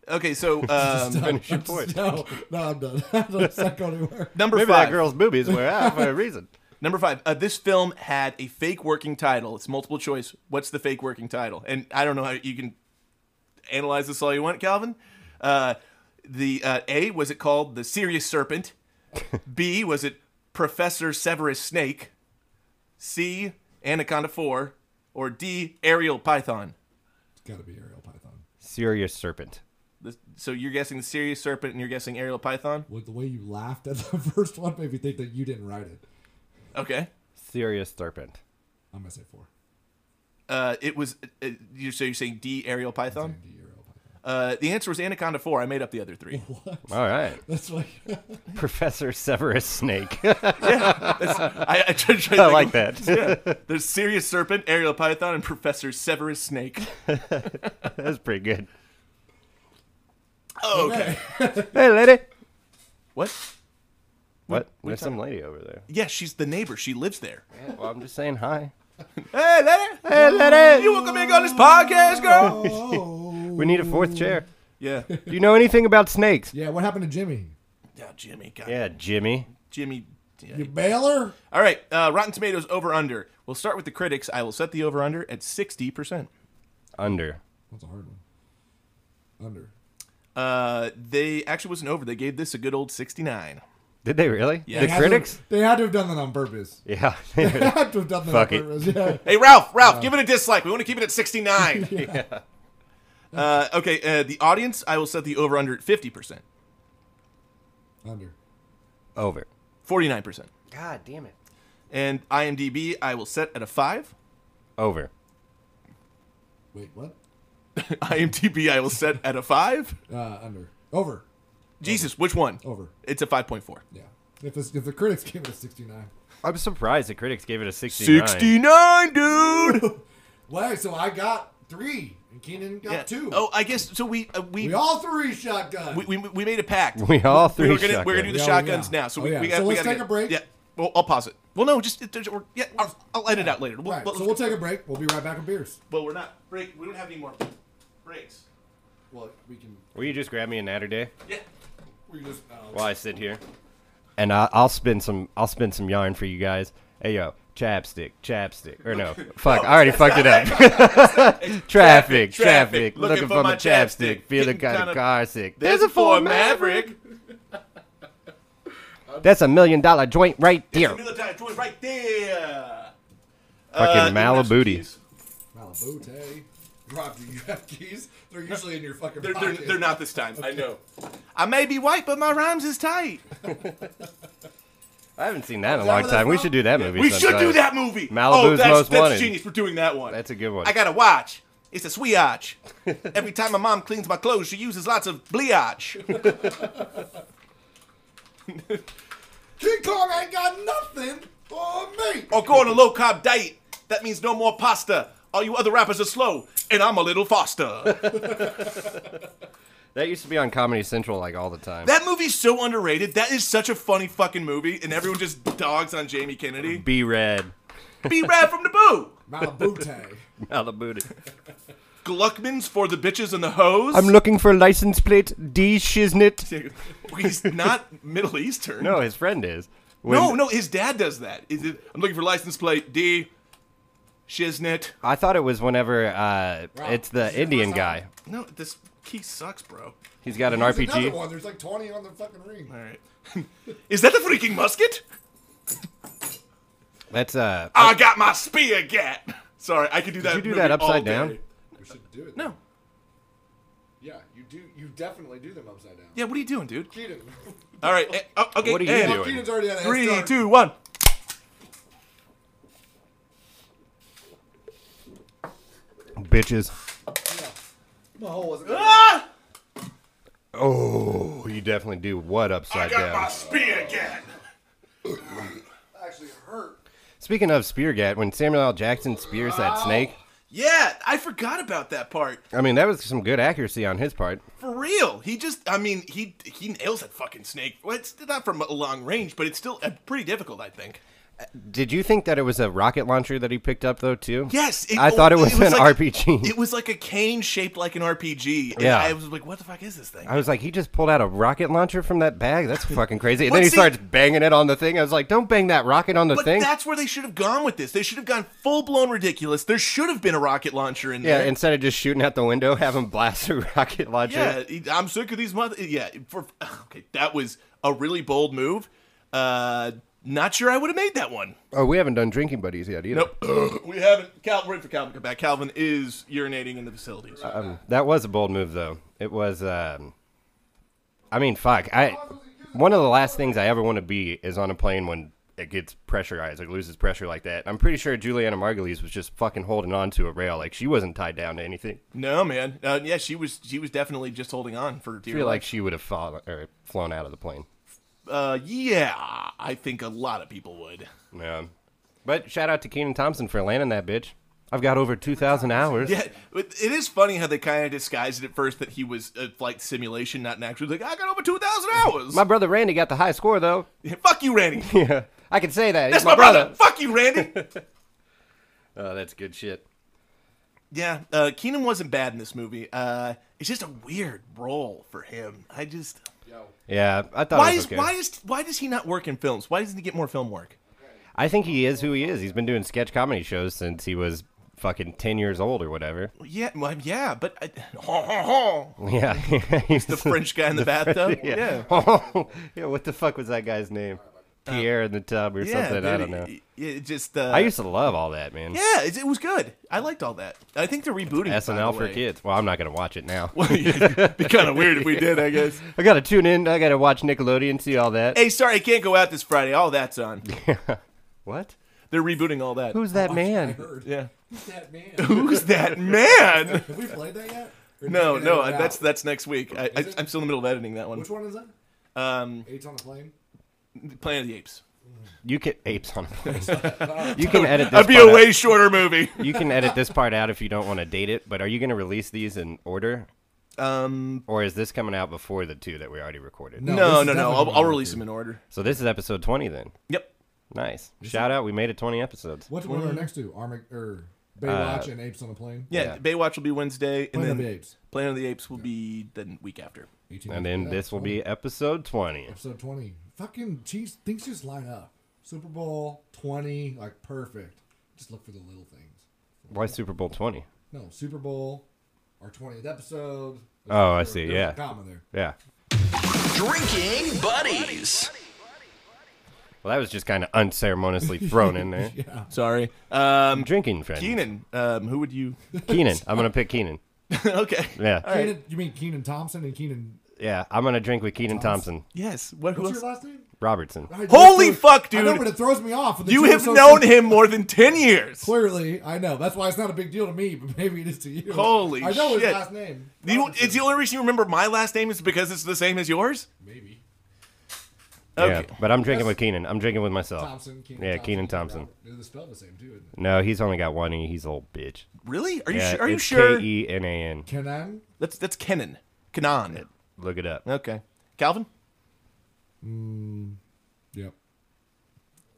Speaker 1: Uh, okay, so um,
Speaker 3: Finish your point.
Speaker 7: No, no, I'm done. That's not going anywhere.
Speaker 1: number
Speaker 3: Maybe
Speaker 1: five.
Speaker 3: that girl's boobies were out for a reason.
Speaker 1: Number five. Uh, this film had a fake working title. It's multiple choice. What's the fake working title? And I don't know how you can analyze this all you want, Calvin. Uh, the uh, A was it called the Serious Serpent? B was it Professor Severus Snake? C Anaconda Four, or D Ariel Python?
Speaker 7: It's got to be Ariel Python.
Speaker 3: Serious serpent.
Speaker 1: The- so you're guessing the Serious Serpent, and you're guessing Ariel Python.
Speaker 7: Well, the way you laughed at the first one made me think that you didn't write it.
Speaker 1: Okay.
Speaker 3: Serious serpent.
Speaker 7: I'm gonna say four.
Speaker 1: Uh, it was. Uh, you so you're saying D Ariel Python?
Speaker 7: The Ariel Python.
Speaker 1: Uh, the answer was Anaconda Four. I made up the other three.
Speaker 3: All right,
Speaker 7: That's like
Speaker 3: Professor Severus Snake.
Speaker 1: I, I, tried to
Speaker 3: I
Speaker 1: think
Speaker 3: like
Speaker 1: of-
Speaker 3: that.
Speaker 1: There's Serious Serpent, Ariel Python, and Professor Severus Snake.
Speaker 3: That's pretty good.
Speaker 1: Oh, okay.
Speaker 3: Hey, lady.
Speaker 1: What?
Speaker 3: What? There's some lady over there.
Speaker 1: Yeah, she's the neighbor. She lives there.
Speaker 3: Well, I'm just saying hi.
Speaker 1: Hey, lady.
Speaker 3: Hey, Oh. lady.
Speaker 1: You want to make on this podcast, girl?
Speaker 3: We need a fourth chair.
Speaker 1: yeah.
Speaker 3: Do you know anything about snakes?
Speaker 7: yeah. What happened to Jimmy?
Speaker 1: Yeah, Jimmy. God.
Speaker 3: Yeah, Jimmy.
Speaker 1: Jimmy. yeah.
Speaker 7: You Baylor?
Speaker 1: All right. Uh, Rotten Tomatoes over under. We'll start with the critics. I will set the over under at 60%.
Speaker 3: Under.
Speaker 7: That's a hard one. Under.
Speaker 1: Uh, they actually wasn't over. They gave this a good old 69.
Speaker 3: Did they really?
Speaker 1: Yeah. They
Speaker 3: The
Speaker 7: They had to-
Speaker 3: critics?
Speaker 7: They had to have done that on purpose.
Speaker 3: Yeah.
Speaker 7: They had to have done that
Speaker 3: Fuck
Speaker 7: on
Speaker 3: it.
Speaker 7: purpose. Yeah.
Speaker 1: Hey, Ralph, Ralph, give it a dislike. We want to keep it at 69. Uh, okay, uh, the audience, I will set the over under at 50%,
Speaker 7: Under.
Speaker 3: Over.
Speaker 1: 49%.
Speaker 3: God damn it.
Speaker 1: And IMDb, I will set at a 5.
Speaker 3: Over.
Speaker 7: Wait, what?
Speaker 1: IMDb, I will set at a 5.
Speaker 7: Uh, under. Over.
Speaker 1: Jesus, which one?
Speaker 7: Over.
Speaker 1: It's a 5.4.
Speaker 7: Yeah. If, it's, if the critics gave it a 69.
Speaker 3: I'm surprised the critics gave it a 69.
Speaker 1: 69, dude!
Speaker 7: Wait, so I got three, and Keenan got
Speaker 1: Yeah.
Speaker 7: two.
Speaker 1: Oh, I guess so. We uh, we
Speaker 7: we all three shotgun.
Speaker 1: we, we, we made a pact.
Speaker 3: We all three.
Speaker 1: we're gonna, we're gonna do the
Speaker 7: Yeah,
Speaker 1: shotguns
Speaker 7: yeah.
Speaker 1: now. So
Speaker 7: Oh,
Speaker 1: we,
Speaker 7: yeah.
Speaker 1: we got
Speaker 7: So
Speaker 1: we
Speaker 7: let's
Speaker 1: gotta
Speaker 7: take
Speaker 1: get-
Speaker 7: a break.
Speaker 1: Yeah. Well, I'll pause it. Well, no, just there's, we're, yeah. I'll, I'll edit out later. We'll,
Speaker 7: right,
Speaker 1: well,
Speaker 7: so we'll take a break. We'll be right back with beers.
Speaker 1: well, we're not break. We don't have any more breaks.
Speaker 7: Well, we can.
Speaker 3: Will you just grab me a natter day
Speaker 1: Yeah.
Speaker 7: We just. Uh,
Speaker 3: while I sit here? And I, I'll spin some. I'll spin some yarn for you guys. Hey yo, chapstick, chapstick, or no, fuck, I already fucked it up. traffic, traffic, looking, for my chapstick, feeling
Speaker 1: Getting
Speaker 3: kind
Speaker 1: kinda-
Speaker 3: of car sick. There's a Ford Maverick.
Speaker 1: Maverick.
Speaker 3: That's a million dollar joint right there.
Speaker 1: Military joint right there. Uh,
Speaker 3: Fucking Malibu.
Speaker 7: Malabute. Rob, do you have keys? They're usually in your fucking
Speaker 1: They're, they're,
Speaker 7: pocket.
Speaker 1: they're not this time. I know. I may be white, but my rhymes is tight.
Speaker 3: I haven't seen that in a
Speaker 7: that
Speaker 3: long
Speaker 7: what
Speaker 3: time.
Speaker 7: that's
Speaker 3: We
Speaker 7: from?
Speaker 3: should do that movie.
Speaker 1: We should do
Speaker 3: sometime.
Speaker 1: that movie.
Speaker 3: Malibu's
Speaker 1: oh, that's,
Speaker 3: Most
Speaker 1: that's
Speaker 3: Wanted.
Speaker 1: genius for doing that one.
Speaker 3: That's a good one.
Speaker 1: I got a watch. It's a swiatch. Every time my mom cleans my clothes, she uses lots of bleach.
Speaker 7: King Kong ain't got nothing on me.
Speaker 1: or go on a low carb diet. That means no more pasta. All you other rappers are slow, and I'm a little faster.
Speaker 3: That used to be on Comedy Central like all the time.
Speaker 1: that movie's so underrated. That is such a funny fucking movie, and everyone just dogs on Jamie Kennedy.
Speaker 3: Be red.
Speaker 1: Be rad from the boo.
Speaker 7: Malabute.
Speaker 3: Malibu.
Speaker 1: Gluckman's for the bitches and the hoes.
Speaker 3: I'm looking for license plate D shiznit.
Speaker 1: He's not Middle Eastern.
Speaker 3: No, his friend is. When-
Speaker 1: No, no, his dad does that. Is it, I'm looking for license plate D. Shiznit.
Speaker 3: I thought it was whenever uh, it's the Indian guy.
Speaker 1: No, this key sucks, bro.
Speaker 3: He's got an
Speaker 7: There's another
Speaker 3: RPG.
Speaker 7: one. There's like 20 on the fucking ring.
Speaker 1: All right. Is that the freaking musket?
Speaker 3: That's uh.
Speaker 1: I got my spear gat. Sorry, I could do that.
Speaker 3: you do
Speaker 1: movie
Speaker 3: that
Speaker 1: all
Speaker 3: upside
Speaker 1: day.
Speaker 3: down?
Speaker 7: We should do it.
Speaker 1: No.
Speaker 7: Yeah, you do. You definitely do them upside down.
Speaker 1: Yeah, what are you doing, dude?
Speaker 7: Keenan.
Speaker 1: All right. eh, oh, okay.
Speaker 3: What are you
Speaker 1: and
Speaker 3: doing?
Speaker 7: Keenan's already had a head
Speaker 1: Three,
Speaker 7: start.
Speaker 1: two, one.
Speaker 3: Bitches.
Speaker 7: My hole wasn't.
Speaker 1: Ah!
Speaker 3: Oh, you definitely do what upside down.
Speaker 1: spear gat.
Speaker 7: actually hurt.
Speaker 3: Speaking of Speargat, when Samuel L. Jackson spears that snake,
Speaker 1: Yeah, I forgot about that part.
Speaker 3: I mean, that was some good accuracy on his part.
Speaker 1: For real, he just—I mean, he—he nails that fucking snake. Well, it's not from a long range, but it's still uh, pretty difficult, I think.
Speaker 3: Did you think that it was a rocket launcher that he picked up though too?
Speaker 1: Yes,
Speaker 3: I thought it was, an
Speaker 1: like-
Speaker 3: RPG.
Speaker 1: It was like a cane shaped like an RPG. And
Speaker 3: Yeah.
Speaker 1: I was like, what the fuck is this thing?
Speaker 3: I was like, he just pulled out a rocket launcher from that bag. That's fucking crazy. And
Speaker 1: But
Speaker 3: then he
Speaker 1: see-
Speaker 3: starts banging it on the thing. I was like, don't bang that rocket on the
Speaker 1: But
Speaker 3: thing.
Speaker 1: that's where they should have gone with this. They should have gone full blown ridiculous. There should have been a rocket launcher in
Speaker 3: Yeah,
Speaker 1: there.
Speaker 3: instead of just shooting out the window, have him blast a rocket launcher.
Speaker 1: yeah, he- I'm sick of these mother. Yeah, for okay, that was a really bold move. Uh, not sure I would have made that one.
Speaker 3: Oh, we haven't done drinking buddies yet either.
Speaker 1: Nope, we haven't. Cal, wait for Calvin to come back. Calvin is urinating in the facilities.
Speaker 3: Um, that was a bold move, though. It was. Um, I mean, fuck. I one of the last things I ever want to be is on a plane when it gets pressurized or loses pressure like that. I'm pretty sure Juliana Margulies was just fucking holding on to a rail, like she wasn't tied down to anything.
Speaker 1: no, man. Uh, yeah, she was. She was definitely just holding on for
Speaker 3: I
Speaker 1: dear
Speaker 3: feel
Speaker 1: life.
Speaker 3: like she would have fallen or flown out of the plane.
Speaker 1: Uh, yeah, I think a lot of people would.
Speaker 3: Yeah. But shout out to Keenan Thompson for landing that bitch. I've got over two thousand hours.
Speaker 1: Yeah, but it is funny how they kind of disguised it at first that he was a flight simulation, not an actual. Like, I got over 2,000 hours.
Speaker 3: My brother Randy got the high score though.
Speaker 1: Fuck you, Randy.
Speaker 3: Yeah, I can say that.
Speaker 1: That's
Speaker 3: He's
Speaker 1: my brother. Fuck you, Randy.
Speaker 3: Oh, that's good shit.
Speaker 1: yeah, uh, Keenan wasn't bad in this movie. Uh, it's just a weird role for him. I just.
Speaker 3: Yeah, I thought.
Speaker 1: Why
Speaker 3: it was
Speaker 1: is
Speaker 3: Oh, okay.
Speaker 1: why is why does he not work in films? Why doesn't he get more film work?
Speaker 3: I think he is who he is. He's been doing sketch comedy shows since he was fucking 10 years old or whatever.
Speaker 1: Yeah, well, yeah, but I, ho, ho, ho.
Speaker 3: Yeah. He's
Speaker 1: the French guy in the, bathtub. yeah. yeah.
Speaker 3: yeah, what the fuck was that guy's name? Pierre in the tub or something. I
Speaker 1: dude,
Speaker 3: don't know.
Speaker 1: it- it just uh,
Speaker 3: I used to love all that, man.
Speaker 1: Yeah, it, it was good. I liked all that. I think they're rebooting it, by
Speaker 3: SNL
Speaker 1: the
Speaker 3: for
Speaker 1: way.
Speaker 3: kids. Well, I'm not going to watch it now.
Speaker 1: It'd be kind of weird if we did, I guess.
Speaker 3: I got to tune in. I got to watch Nickelodeon, see all that.
Speaker 1: Hey, sorry, I can't go out this Friday. All that's on.
Speaker 3: What?
Speaker 1: They're rebooting all that.
Speaker 3: Who's that man?
Speaker 7: Hurt.
Speaker 1: yeah?
Speaker 7: That man.
Speaker 1: Who's that man?
Speaker 7: have we played that yet? Or
Speaker 1: No,
Speaker 7: did we
Speaker 1: no,
Speaker 7: edit it
Speaker 1: I- that's
Speaker 7: out?
Speaker 1: that's next week. I, I, I'm still in the middle of editing that one.
Speaker 7: Which one is that?
Speaker 1: Um,
Speaker 7: Eight on the plane.
Speaker 1: Planet of the Apes.
Speaker 3: You can apes on a plane. you can edit. This
Speaker 8: That'd be
Speaker 3: part
Speaker 8: a
Speaker 3: out.
Speaker 8: way shorter movie.
Speaker 3: You can edit this part out if you don't want to date it. But are you going to release these in order,
Speaker 1: Um,
Speaker 3: or is this coming out before the two that we already recorded?
Speaker 7: No,
Speaker 1: no,
Speaker 7: Oh, this
Speaker 1: no,
Speaker 7: is
Speaker 1: no.
Speaker 7: definitely
Speaker 1: I'll,
Speaker 7: what
Speaker 1: I'll
Speaker 7: we
Speaker 1: release
Speaker 7: do.
Speaker 1: them in order.
Speaker 3: So this is episode twenty then.
Speaker 1: Yep.
Speaker 3: Nice. Shout out. We made it twenty episodes.
Speaker 7: What what are our next two? Army or Baywatch and Apes on a Plane.
Speaker 1: Mm-hmm. Uh, Yeah, Baywatch will be Wednesday, and
Speaker 7: Planet
Speaker 1: then
Speaker 7: of the Apes.
Speaker 1: Planet of the Apes will be the week after.
Speaker 7: 18
Speaker 3: And then
Speaker 7: Yeah,
Speaker 3: this will be episode twenty.
Speaker 7: episode twenty. Fucking geez, things just line up. Super Bowl twenty, like perfect. Just look for the little things.
Speaker 3: Why Super Bowl twenty?
Speaker 7: No, Super Bowl, our twentieth episode.
Speaker 3: Oh, I see.
Speaker 7: There's a
Speaker 3: Yeah,
Speaker 7: comma there.
Speaker 3: yeah.
Speaker 2: Drinking buddies.
Speaker 3: Well, that was just kind of unceremoniously thrown in there.
Speaker 1: Sorry, um,
Speaker 3: Drinking friend
Speaker 1: Keenan. Um, who would you?
Speaker 3: Keenan. I'm gonna pick Keenan.
Speaker 1: okay.
Speaker 3: Yeah,
Speaker 7: Keenan, you mean Keenan Thompson and Keenan?
Speaker 3: yeah. I'm gonna drink with Keenan Thompson
Speaker 1: Yes. What? Who
Speaker 7: What's
Speaker 1: else?
Speaker 7: your last name?
Speaker 3: Robertson.
Speaker 7: I-
Speaker 1: Holy
Speaker 7: it throws-
Speaker 1: fuck,
Speaker 7: I know,
Speaker 1: dude.
Speaker 7: but it throws me off. when the
Speaker 1: You
Speaker 7: two are
Speaker 1: have
Speaker 7: so
Speaker 1: known
Speaker 7: similar.
Speaker 1: him more than ten years.
Speaker 7: Clearly, I know. That's why it's not a big deal to me, but maybe it is to you.
Speaker 1: Holy
Speaker 7: I know
Speaker 1: shit.
Speaker 7: his last name.
Speaker 1: You, it's the only reason you remember my last name is because it's the same as yours.
Speaker 7: Maybe.
Speaker 1: Okay.
Speaker 3: Yeah, but I'm drinking with Keenan. I'm drinking with myself.
Speaker 7: Thompson. Keenan
Speaker 3: yeah,
Speaker 7: Thompson,
Speaker 3: Keenan Thompson.
Speaker 7: Robert. They're spelled the same, too. isn't it?
Speaker 3: No, he's only got one E. He's a little bitch.
Speaker 1: Really? Are you?
Speaker 3: yeah,
Speaker 1: su- are you
Speaker 3: it's
Speaker 1: sure?
Speaker 3: K E N A N.
Speaker 7: Kenan?
Speaker 1: That's that's Kenan. Kenan.
Speaker 3: Look it up.
Speaker 1: Okay. Calvin.
Speaker 7: Yep.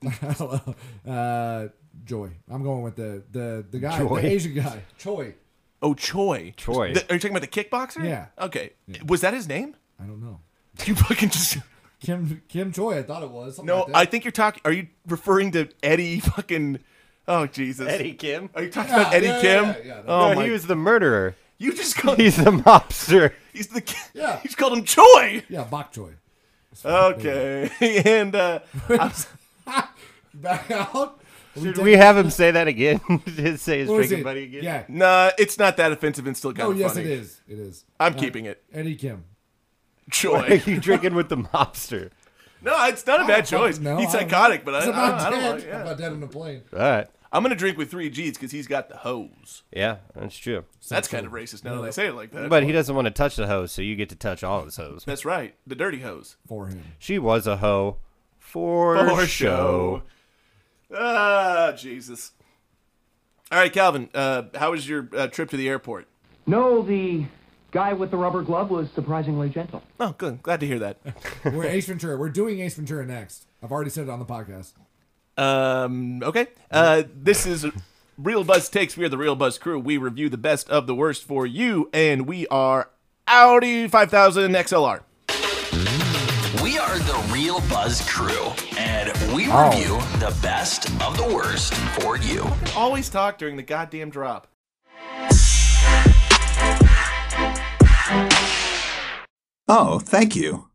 Speaker 7: Hello. uh, Joy. I'm going with the the, the guy,
Speaker 3: Joy.
Speaker 7: the Asian guy. Choi.
Speaker 1: Oh, Choi.
Speaker 3: Choi.
Speaker 1: The- are you talking about the kickboxer?
Speaker 7: Yeah.
Speaker 1: Okay. Was that his name?
Speaker 7: I don't know.
Speaker 1: You fucking just.
Speaker 7: Kim Kim Choi, I thought it was. something
Speaker 1: No,
Speaker 7: like that.
Speaker 1: I think you're talking. Are you referring to Eddie fucking? Oh Jesus.
Speaker 3: Kim.
Speaker 1: Are you talking
Speaker 7: Yeah,
Speaker 1: about Eddie
Speaker 7: yeah,
Speaker 1: Kim?
Speaker 7: yeah, yeah, yeah.
Speaker 1: Oh
Speaker 3: no,
Speaker 1: my.
Speaker 3: he was the murderer.
Speaker 1: you just called.
Speaker 3: He's the mobster.
Speaker 1: He's the. ki-
Speaker 7: Yeah.
Speaker 1: You just called him Choi.
Speaker 7: Yeah, Bok Choi.
Speaker 1: Okay. and uh, I was-
Speaker 7: Back out.
Speaker 3: Should we have him say that again? Just say his
Speaker 7: What was
Speaker 3: drinking
Speaker 7: it?
Speaker 3: buddy again.
Speaker 7: Yeah.
Speaker 1: nah, it's not that offensive and still kind
Speaker 7: Oh
Speaker 1: of
Speaker 7: yes,
Speaker 1: funny.
Speaker 7: it is. It is. Uh,
Speaker 1: I'm keeping it.
Speaker 7: Eddie Kim.
Speaker 3: Are
Speaker 1: Choi.
Speaker 3: you drinking with the mobster?
Speaker 1: no, it's not a bad choice.
Speaker 7: Oh, No,
Speaker 1: he's
Speaker 7: I don't-
Speaker 1: psychotic, but I,
Speaker 7: It's
Speaker 1: I,
Speaker 7: about
Speaker 1: I, don't
Speaker 7: dead.
Speaker 1: like. Yeah.
Speaker 7: About dead on the plane.
Speaker 3: All right.
Speaker 1: I'm gonna drink with three G's because he's got the hose.
Speaker 3: Yeah, that's true.
Speaker 1: That's kind of racist now that I say it like that.
Speaker 3: But he doesn't want to touch the hose, so you get to touch all his hose.
Speaker 1: that's right, the dirty hose
Speaker 7: For him.
Speaker 3: She was a hoe for,
Speaker 1: for
Speaker 3: show.
Speaker 1: show. Ah, Jesus. All right, Calvin. Uh, how was your uh, trip to the airport?
Speaker 9: No, the guy with the rubber glove was surprisingly gentle.
Speaker 1: Oh, good. Glad to hear that.
Speaker 7: We're Ace Ventura. We're doing Ace Ventura next. I've already said it on the podcast.
Speaker 1: Um, okay. Uh, this is Real Buzz Takes. We are the Real Buzz crew. We review the best of the worst for you, and we are Audi 5000 XLR.
Speaker 2: We are the Real Buzz crew, and we review the best of the worst for you.
Speaker 1: Always talk during the goddamn drop.
Speaker 10: Oh, thank you.